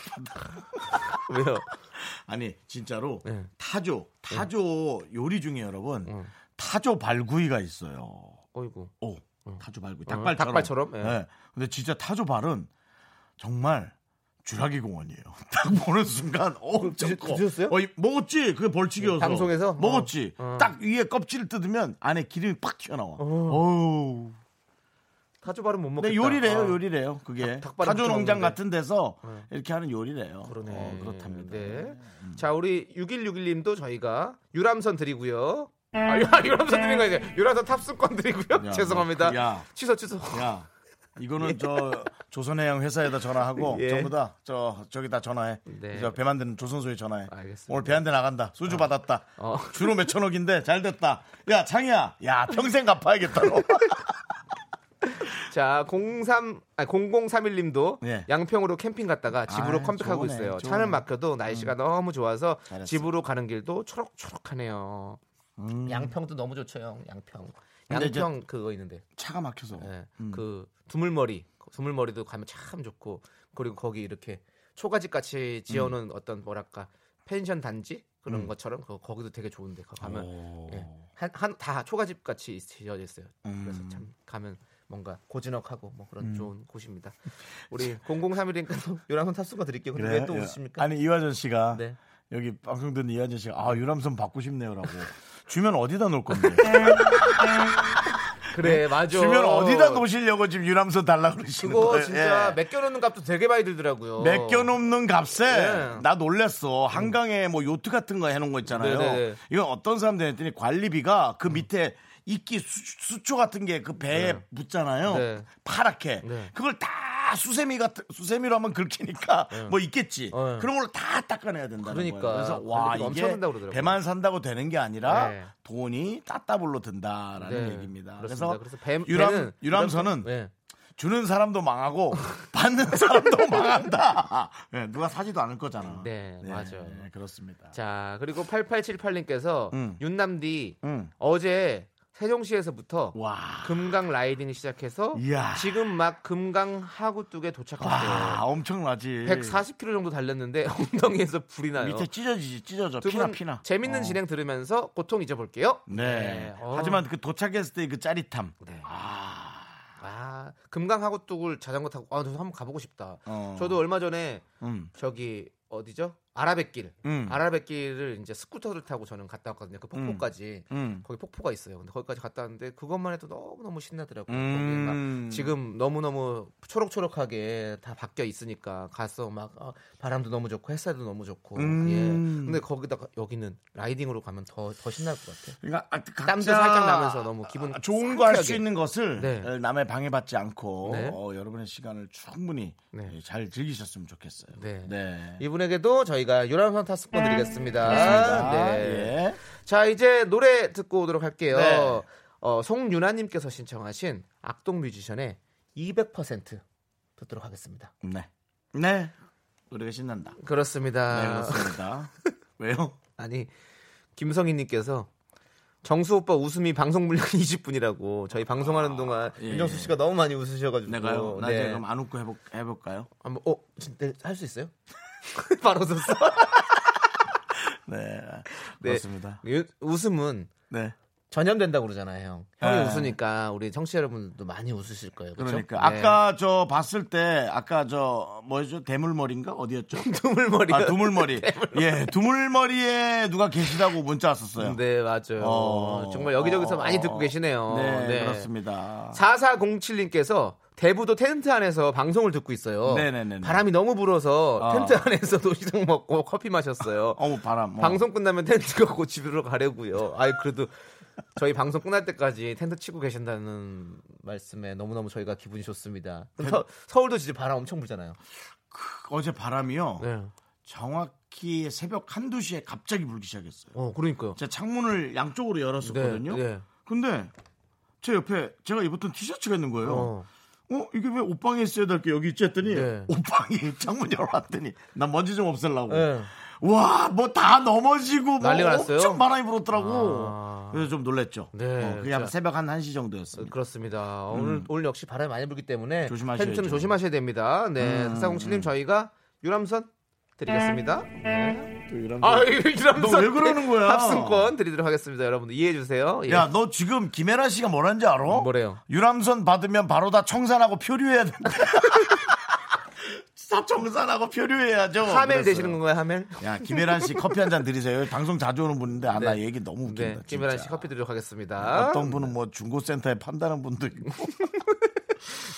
Speaker 2: 왜요?
Speaker 1: 아니 진짜로
Speaker 2: 네.
Speaker 1: 타조 타조 요리 중에 여러분
Speaker 2: 음.
Speaker 1: 타조 발구이가 있어요.
Speaker 2: 어이구.
Speaker 1: 오 타조 발구이 닭발처럼.
Speaker 2: 음. 어, 닭발처럼, 예.
Speaker 1: 네. 근데 진짜 타조 발은 정말 주라기 공원이에요. 딱 보는 순간 엄청
Speaker 2: 그 드-
Speaker 1: 커.
Speaker 2: 드셨어요?
Speaker 1: 어, 이- 먹었지. 그게 벌칙이어서.
Speaker 2: 방송에서?
Speaker 1: 먹었지.
Speaker 2: 어.
Speaker 1: 딱 위에 껍질을 뜯으면 안에 기름이 팍 튀어나와. 어우.
Speaker 2: 타조발은 못
Speaker 1: 근데
Speaker 2: 먹겠다.
Speaker 1: 네, 요리래요,
Speaker 2: 아,
Speaker 1: 요리래요. 그게
Speaker 2: 닭- 닭발은
Speaker 1: 타조 농장
Speaker 2: 붙여먹는데.
Speaker 1: 같은 데서
Speaker 2: 네.
Speaker 1: 이렇게 하는 요리래요.
Speaker 2: 그러네.
Speaker 1: 어, 그렇답니다.
Speaker 2: 네.
Speaker 1: 음.
Speaker 2: 자, 우리 6161님도 저희가 유람선 드리고요. 아, 유- 유람선 드리는 거 아니에요. 유람선 탑승권 드리고요.
Speaker 1: 야,
Speaker 2: 죄송합니다.
Speaker 1: 야.
Speaker 2: 취소 취소.
Speaker 1: 야, 이거는 저 조선해양 회사에다 전화하고
Speaker 2: 예.
Speaker 1: 전부 다 저 저기다 전화해.
Speaker 2: 네.
Speaker 1: 저 배 만드는 조선소에 전화해.
Speaker 2: 알겠습니다.
Speaker 1: 오늘 배 한 대 나간다. 수주 받았다.
Speaker 2: 어.
Speaker 1: 주로 몇 천억인데 잘 됐다. 야, 창이야. 야, 평생 갚아야겠다. 너.
Speaker 2: 자, 03 아니 0031님도
Speaker 1: 예.
Speaker 2: 양평으로 캠핑 갔다가 집으로
Speaker 1: 아이,
Speaker 2: 컴백하고
Speaker 1: 좋네,
Speaker 2: 있어요.
Speaker 1: 좋네.
Speaker 2: 차는 막혀도 날씨가 너무 좋아서
Speaker 1: 잘했어.
Speaker 2: 집으로 가는 길도 초록초록하네요. 양평도 너무 좋죠, 형. 양평.
Speaker 1: 음. 근데 이제-
Speaker 2: 양평 그거 있는데.
Speaker 1: 차가 막혀서.
Speaker 2: 예,
Speaker 1: 음.
Speaker 2: 그 두물머리 두물머리도 가면 참 좋고 그리고 거기 이렇게 초가집 같이 지어놓은 어떤 뭐랄까 펜션 단지 그런 것처럼 그, 거기도 되게 좋은데 거 가면 예, 한다 초가집 같이 지어져 있어요. 그래서
Speaker 1: 음.
Speaker 2: 참 가면 뭔가 고즈넉하고 뭐 그런 좋은 곳입니다. 우리 0031님께서 요랑선 탑승권 드릴게요. 근데
Speaker 1: 그래?
Speaker 2: 왜 또
Speaker 1: 예.
Speaker 2: 웃으십니까?
Speaker 1: 아니 이화전 씨가
Speaker 2: 네.
Speaker 1: 여기 방송 듣는 이화전 씨가 아 유람선 받고 싶네요라고 주면 어디다 놓을 건데
Speaker 2: 그래 맞아.
Speaker 1: 주면 어디다 놓으시려고 지금 유람선 달라 그러시는
Speaker 2: 그렇죠. 그거
Speaker 1: 거예요?
Speaker 2: 진짜
Speaker 1: 예.
Speaker 2: 맡겨놓는 값도 되게 많이 들더라고요.
Speaker 1: 맡겨놓는 값에
Speaker 2: 예.
Speaker 1: 나 놀랬어 한강에 뭐 요트 같은 거 해놓은 거 있잖아요
Speaker 2: 네네네.
Speaker 1: 이건 어떤 사람들 했더니 관리비가 그 밑에 이끼 수, 초 같은 게 그 배에 붙잖아요
Speaker 2: 네.
Speaker 1: 파랗게
Speaker 2: 네.
Speaker 1: 그걸 다 수세미 같은 수세미로 하면 긁히니까 뭐 있겠지
Speaker 2: 네.
Speaker 1: 그런 걸 다 닦아내야 된다는
Speaker 2: 그러니까.
Speaker 1: 거예요 그래서 와
Speaker 2: 관리비가 엄청
Speaker 1: 이게
Speaker 2: 든다고 그러더라고요.
Speaker 1: 배만 산다고 되는 게 아니라
Speaker 2: 네.
Speaker 1: 돈이 따따블로 든다라는
Speaker 2: 네,
Speaker 1: 얘기입니다
Speaker 2: 그렇습니다.
Speaker 1: 그래서,
Speaker 2: 그래서 배-
Speaker 1: 유람,
Speaker 2: 배는-
Speaker 1: 유람선은
Speaker 2: 예.
Speaker 1: 주는 사람도 망하고 받는 사람도 망한다. 예, 누가 사지도 않을 거잖아.
Speaker 2: 네, 맞아요.
Speaker 1: 예, 그렇습니다.
Speaker 2: 자, 그리고 8878님께서
Speaker 1: 음.
Speaker 2: 윤남디
Speaker 1: 음.
Speaker 2: 어제 세종시에서부터
Speaker 1: 와.
Speaker 2: 금강 라이딩 시작해서
Speaker 1: 이야.
Speaker 2: 지금 막 금강 하구뚝에
Speaker 1: 와,
Speaker 2: 도착했어요.
Speaker 1: 엄청나지.
Speaker 2: 140km 정도 달렸는데 엉덩이에서 불이 나요.
Speaker 1: 밑에 찢어지지, 찢어져.
Speaker 2: 두
Speaker 1: 피나,
Speaker 2: 분
Speaker 1: 피나.
Speaker 2: 재밌는
Speaker 1: 어.
Speaker 2: 진행 들으면서 고통 잊어볼게요.
Speaker 1: 네.
Speaker 2: 어.
Speaker 1: 하지만 그 도착했을 때 그 짜릿함.
Speaker 2: 네. 아, 금강 하구뚝을 자전거 타고 아, 저도 한번 가보고 싶다.
Speaker 1: 어.
Speaker 2: 저도 얼마 전에
Speaker 1: 음.
Speaker 2: 저기 어디죠? 아라뱃길.
Speaker 1: 음.
Speaker 2: 아라뱃길을 이제 스쿠터를 타고 저는 갔다 왔거든요. 그 폭포까지.
Speaker 1: 음.
Speaker 2: 거기 폭포가 있어요. 근데 거기까지 갔다 왔는데 그것만 해도 너무 너무 신나더라고요.
Speaker 1: 음.
Speaker 2: 거기 막 지금 너무 너무 초록초록하게 다 바뀌어 있으니까 가서 막 어, 바람도 너무 좋고 햇살도 너무 좋고.
Speaker 1: 음.
Speaker 2: 예. 근데 거기다가 여기는 라이딩으로 가면 더 더 신날 것 같아요.
Speaker 1: 그러니까 아, 각자
Speaker 2: 땀도 살짝 나면서 너무 기분
Speaker 1: 아, 좋은 거 할 수
Speaker 2: 상쾌하게.
Speaker 1: 있는 것을 어,
Speaker 2: 네.
Speaker 1: 남의 방해받지 않고
Speaker 2: 네.
Speaker 1: 어, 여러분의 시간을 충분히
Speaker 2: 네.
Speaker 1: 예, 잘 즐기셨으면 좋겠어요.
Speaker 2: 네.
Speaker 1: 네.
Speaker 2: 이분에게도 저희가 유람선 탑승권 드리겠습니다.
Speaker 1: 그렇습니다.
Speaker 2: 네.
Speaker 1: 예.
Speaker 2: 자 이제 노래 듣고 오도록 할게요.
Speaker 1: 네.
Speaker 2: 어, 송윤아님께서 신청하신 악동 뮤지션의 200% 듣도록 하겠습니다.
Speaker 1: 네. 네. 노래가 신난다.
Speaker 2: 그렇습니다.
Speaker 1: 네, 그렇습니다. 왜요?
Speaker 2: 아니 김성희님께서 정수 오빠 웃음이 방송 분량 20분이라고 저희 방송하는 동안
Speaker 1: 예.
Speaker 2: 윤정수 씨가 너무 많이 웃으셔가지고
Speaker 1: 내가요? 나 이제
Speaker 2: 네.
Speaker 1: 그럼 안 웃고 해볼, 해볼까요?
Speaker 2: 한번 어 진짜 할 수 있어요? 바로 웃었어.
Speaker 1: 네.
Speaker 2: 네.
Speaker 1: 그렇습니다.
Speaker 2: 유- 웃음은
Speaker 1: 네.
Speaker 2: 전염된다고 그러잖아요, 형. 형이
Speaker 1: 네.
Speaker 2: 웃으니까 우리 청취자 여러분들도 많이 웃으실 거예요. 그렇죠?
Speaker 1: 그러니까
Speaker 2: 네.
Speaker 1: 아까 저 봤을 때 아까 저 뭐였죠? 대물머리인가? 어디였죠?
Speaker 2: 두물머리.
Speaker 1: 아, 두물머리. 예, 두물머리에 누가 계시다고 문자 왔었어요.
Speaker 2: 네, 맞아요.
Speaker 1: 어.
Speaker 2: 정말 여기저기서
Speaker 1: 어.
Speaker 2: 많이 듣고 계시네요.
Speaker 1: 네, 그렇습니다.
Speaker 2: 4407님께서 대부도 텐트 안에서 방송을 듣고 있어요.
Speaker 1: 네네네네.
Speaker 2: 바람이 너무 불어서
Speaker 1: 어.
Speaker 2: 텐트 안에서 노시장 먹고 커피 마셨어요.
Speaker 1: 어우, 바람. 어.
Speaker 2: 방송 끝나면 텐트 갖고 집으로 가려고요. 아이 그래도 저희 방송 끝날 때까지 텐트 치고 계신다는 말씀에 너무너무 저희가 기분이 좋습니다. 근데 서, 울도 진짜 바람 엄청 불잖아요. 네.
Speaker 1: 어제 바람이요. 정확히 새벽 한두 시에 갑자기 불기 시작했어요.
Speaker 2: 어, 그러니까요.
Speaker 1: 제가 창문을 양쪽으로 열었었거든요.
Speaker 2: 네, 네.
Speaker 1: 근데 제 옆에 제가 입었던 티셔츠가 있는 거예요. 어.
Speaker 2: 어.
Speaker 1: 이게 왜 옷방에 있어야 될 게 여기 있지 했더니
Speaker 2: 네.
Speaker 1: 옷방에 창문 열어놨더니 난 먼지 좀 없애려고
Speaker 2: 네.
Speaker 1: 와 뭐 다 넘어지고 뭐
Speaker 2: 난리가 났어요?
Speaker 1: 엄청 바람이 불었더라고
Speaker 2: 아.
Speaker 1: 그래서 좀 놀랬죠
Speaker 2: 네,
Speaker 1: 어, 그게 아마
Speaker 2: 자.
Speaker 1: 새벽 한 1시 정도였습니다
Speaker 2: 음, 그렇습니다. 어, 오늘 오늘 역시 바람이 많이 불기 때문에
Speaker 1: 음. 조심하셔야죠. 음,
Speaker 2: 팬츠는 조심하셔야 됩니다. 네, 4407님 저희가 유람선 드리겠습니다. 아, 유람선
Speaker 1: 너왜 그러는 거야?
Speaker 2: 합승권 드리도록 하겠습니다. 여러분들 이해해 주세요. 예.
Speaker 1: 야 너 지금 김혜라 씨가 뭐라는지 알아?
Speaker 2: 뭐래요?
Speaker 1: 유람선 받으면 바로 다 청산하고 표류해야 된다 다 청산하고 표류해야죠
Speaker 2: 하멜
Speaker 1: 그랬어요.
Speaker 2: 되시는 건가요, 하멜?
Speaker 1: 야 김혜란 씨 커피 한 잔 드리세요. 방송 자주 오는 분인데 아 나
Speaker 2: 네.
Speaker 1: 얘기 너무
Speaker 2: 네,
Speaker 1: 웃긴다.
Speaker 2: 김혜란
Speaker 1: 진짜.
Speaker 2: 씨 커피 드리도록 하겠습니다.
Speaker 1: 어떤 분은 뭐 중고센터에 판다는 분도 있고.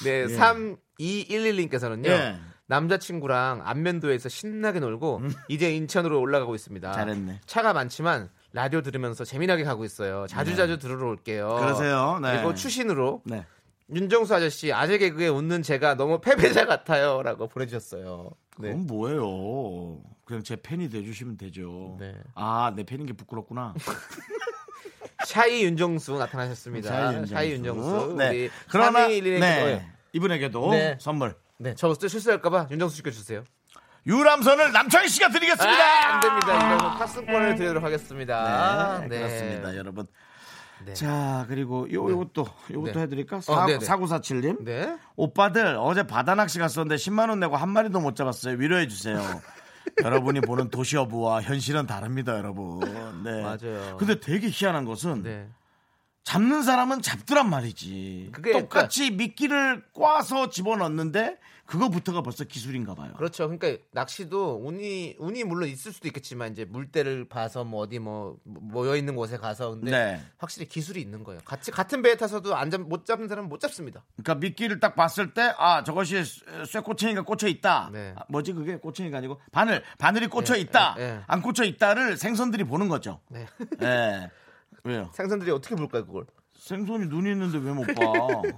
Speaker 2: 네, 3211님께서는요.
Speaker 1: 예.
Speaker 2: 남자친구랑 안면도에서 신나게 놀고 이제 인천으로 올라가고 있습니다.
Speaker 1: 음. 잘했네.
Speaker 2: 차가 많지만 라디오 들으면서 재미나게 가고 있어요. 자주자주 들으러 올게요.
Speaker 1: 네. 그러세요. 네.
Speaker 2: 그리고 추신으로
Speaker 1: 네.
Speaker 2: 윤정수 아저씨 아재 개그에 웃는 제가 너무 패배자 같아요라고 보내주셨어요. 네.
Speaker 1: 그건 뭐예요? 그냥 제 팬이 돼주시면 되죠.
Speaker 2: 네.
Speaker 1: 아, 내 팬인 게 부끄럽구나.
Speaker 2: 샤이 윤정수 나타나셨습니다. 샤이 윤정수.
Speaker 1: 네.
Speaker 2: 우리
Speaker 1: 그러나,
Speaker 2: 3211 님께서-
Speaker 1: 네. 이분에게도
Speaker 2: 네.
Speaker 1: 선물.
Speaker 2: 네. 저또 실수할까봐 윤정수 시켜주세요.
Speaker 1: 유람선을 남창희 씨가 드리겠습니다.
Speaker 2: 아, 안 됩니다. 이거 탑승권을 드리도록 아! 하겠습니다.
Speaker 1: 네, 그렇습니다, 여러분.
Speaker 2: 네.
Speaker 1: 자, 그리고 요, 요것도, 요것도
Speaker 2: 네.
Speaker 1: 해드릴까?
Speaker 2: 어, 네, 네.
Speaker 1: 4947님.
Speaker 2: 네.
Speaker 1: 오빠들 어제 바다 낚시 갔었는데 10만 원 내고 한 마리도 못 잡았어요. 위로해 주세요. 여러분이 보는 도시어부와 현실은 다릅니다, 여러분. 네.
Speaker 2: 맞아요.
Speaker 1: 근데 되게 희한한 것은
Speaker 2: 네.
Speaker 1: 잡는 사람은 잡더란 말이지.
Speaker 2: 그게 그러니까
Speaker 1: 똑같이 미끼를 꽈서 집어넣는데 그거부터가 벌써 기술인가 봐요.
Speaker 2: 그렇죠. 그러니까 낚시도 운이 운이 물론 있을 수도 있겠지만 이제 물대를 봐서 뭐 어디 뭐 모여 있는 곳에 가서 근데
Speaker 1: 네.
Speaker 2: 확실히 기술이 있는 거예요. 같이 같은 배에 타서도 안 잡 못 잡는 사람은 못 잡습니다.
Speaker 1: 그러니까 미끼를 딱 봤을 때 아, 저것이 쇠꼬챙이가 꽂혀 있다.
Speaker 2: 네.
Speaker 1: 아, 뭐지 그게 꼬챙이가 아니고 바늘, 바늘이 꽂혀 있다.
Speaker 2: 예, 예.
Speaker 1: 안 꽂혀 있다를 생선들이 보는 거죠.
Speaker 2: 네.
Speaker 1: 예. 왜요?
Speaker 2: 생선들이 어떻게 볼까요, 그걸?
Speaker 1: 생선이 눈이 있는데 왜 못 봐?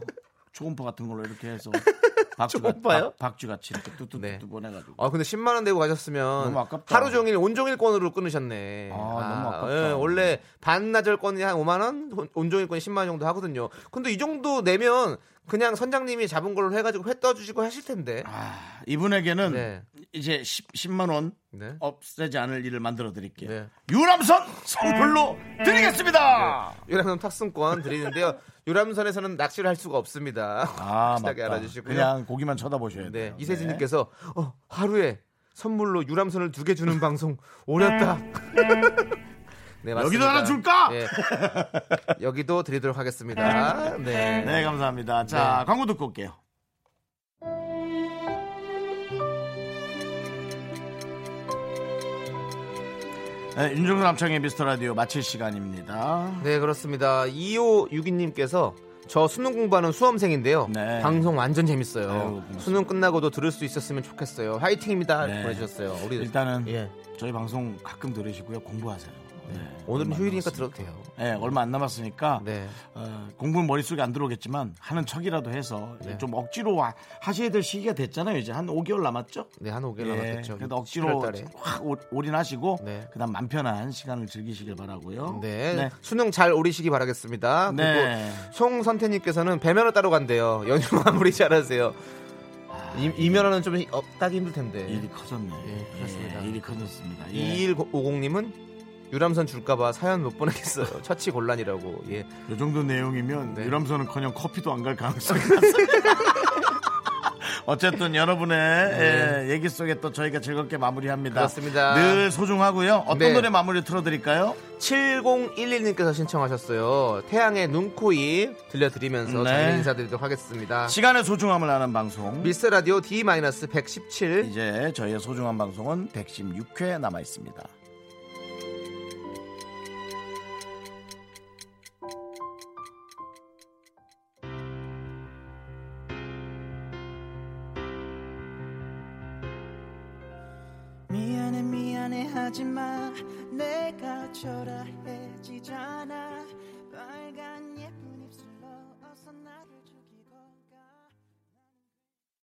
Speaker 1: 초음파 같은 걸로 이렇게 해서 박쥐 같-
Speaker 2: 초음파요?
Speaker 1: 박- 박쥐 같이 이렇게 뚜뚜뚜
Speaker 2: 네.
Speaker 1: 보내가지고
Speaker 2: 아 근데 10만 원 내고 가셨으면
Speaker 1: 너무 아깝다.
Speaker 2: 하루 종일 온종일권으로 끊으셨네.
Speaker 1: 아, 너무 아깝다.
Speaker 2: 예, 원래 반나절권이 한 5만 원, 온- 온종일권이 10만 원 정도 하거든요. 근데 이 정도 내면 그냥 선장님이 잡은 걸로 해가지고 회 떠주시고 하실 텐데.
Speaker 1: 아, 이분에게는
Speaker 2: 네.
Speaker 1: 이제 10, 만원
Speaker 2: 네.
Speaker 1: 없애지 않을 일을 만들어 드릴게요.
Speaker 2: 네.
Speaker 1: 유람선 선물로 드리겠습니다.
Speaker 2: 유람선 탑승권 드리는데요. 유람선에서는 낚시를 할 수가 없습니다.
Speaker 1: 아,
Speaker 2: 확실하게
Speaker 1: 맞다.
Speaker 2: 알아주시고요.
Speaker 1: 그냥 고기만 쳐다보셔야
Speaker 2: 네,
Speaker 1: 돼요.
Speaker 2: 이세진님께서 어, 하루에 선물로 유람선을 두 개 주는 방송 오렸다. 네, 맞습니다.
Speaker 1: 여기도 하나 줄까?
Speaker 2: 네. 여기도 드리도록 하겠습니다. 네.
Speaker 1: 네. 네, 감사합니다. 자, 광고 듣고 올게요. 네, 윤종수 남창의 미스터 라디오 마칠 시간입니다.
Speaker 2: 네, 그렇습니다. 2562님께서 저 수능 공부하는 수험생인데요.
Speaker 1: 네.
Speaker 2: 방송 완전 재밌어요.
Speaker 1: 아유, 고맙습니다.
Speaker 2: 수능 끝나고도 들을 수 있었으면 좋겠어요. 화이팅입니다.
Speaker 1: 네.
Speaker 2: 보내주셨어요. 우리
Speaker 1: 일단은
Speaker 2: 예.
Speaker 1: 저희 방송 가끔 들으시고요. 공부하세요. 네,
Speaker 2: 오늘은
Speaker 1: 얼마 안 남았으니까.
Speaker 2: 휴일이니까 들어도 돼요.
Speaker 1: 네, 얼마 안 남았으니까
Speaker 2: 네.
Speaker 1: 어, 공부는 머릿속에 안 들어오겠지만 하는 척이라도 해서
Speaker 2: 네.
Speaker 1: 좀 억지로 와- 하셔야 될 시기가 됐잖아요. 이제 한 5개월 남았죠?
Speaker 2: 네, 한 5개월
Speaker 1: 예,
Speaker 2: 남았겠죠.
Speaker 1: 그래도 억지로
Speaker 2: 11월달에.
Speaker 1: 확 올- 올인하시고
Speaker 2: 네.
Speaker 1: 그다음 맘 편한 시간을 즐기시길 바라고요.
Speaker 2: 네. 수능 잘 오리시기 바라겠습니다.
Speaker 1: 네.
Speaker 2: 그리고 송선태님께서는 배면허 따러 간대요. 연휴 마무리 잘하세요. 이- 이면허는 좀 어, 따기 힘들 텐데.
Speaker 1: 아, 일이 커졌네.
Speaker 2: 예, 그렇습니다.
Speaker 1: 예, 일이 커졌습니다. 예.
Speaker 2: 2150님은 유람선 줄까봐 사연 못 보내겠어요. 처치 곤란이라고. 예.
Speaker 1: 요 정도 내용이면
Speaker 2: 네.
Speaker 1: 유람선은커녕 커피도 안 갈 가능성이 많습니다. 어쨌든 여러분의 예, 얘기 속에 또 저희가 즐겁게 마무리합니다.
Speaker 2: 네. 그렇습니다.
Speaker 1: 늘 소중하고요. 어떤
Speaker 2: 네.
Speaker 1: 노래 마무리 틀어드릴까요?
Speaker 2: 7011님께서 신청하셨어요. 태양의 눈코입 들려드리면서
Speaker 1: 네.
Speaker 2: 저희는 인사드리도록 하겠습니다.
Speaker 1: 시간의 소중함을 아는 방송.
Speaker 2: 미스 라디오 D-117
Speaker 1: 이제 저희의 소중한 방송은 116회 남아 있습니다.
Speaker 6: 미안해 미안해 하지마 내가 초라해지잖아 빨간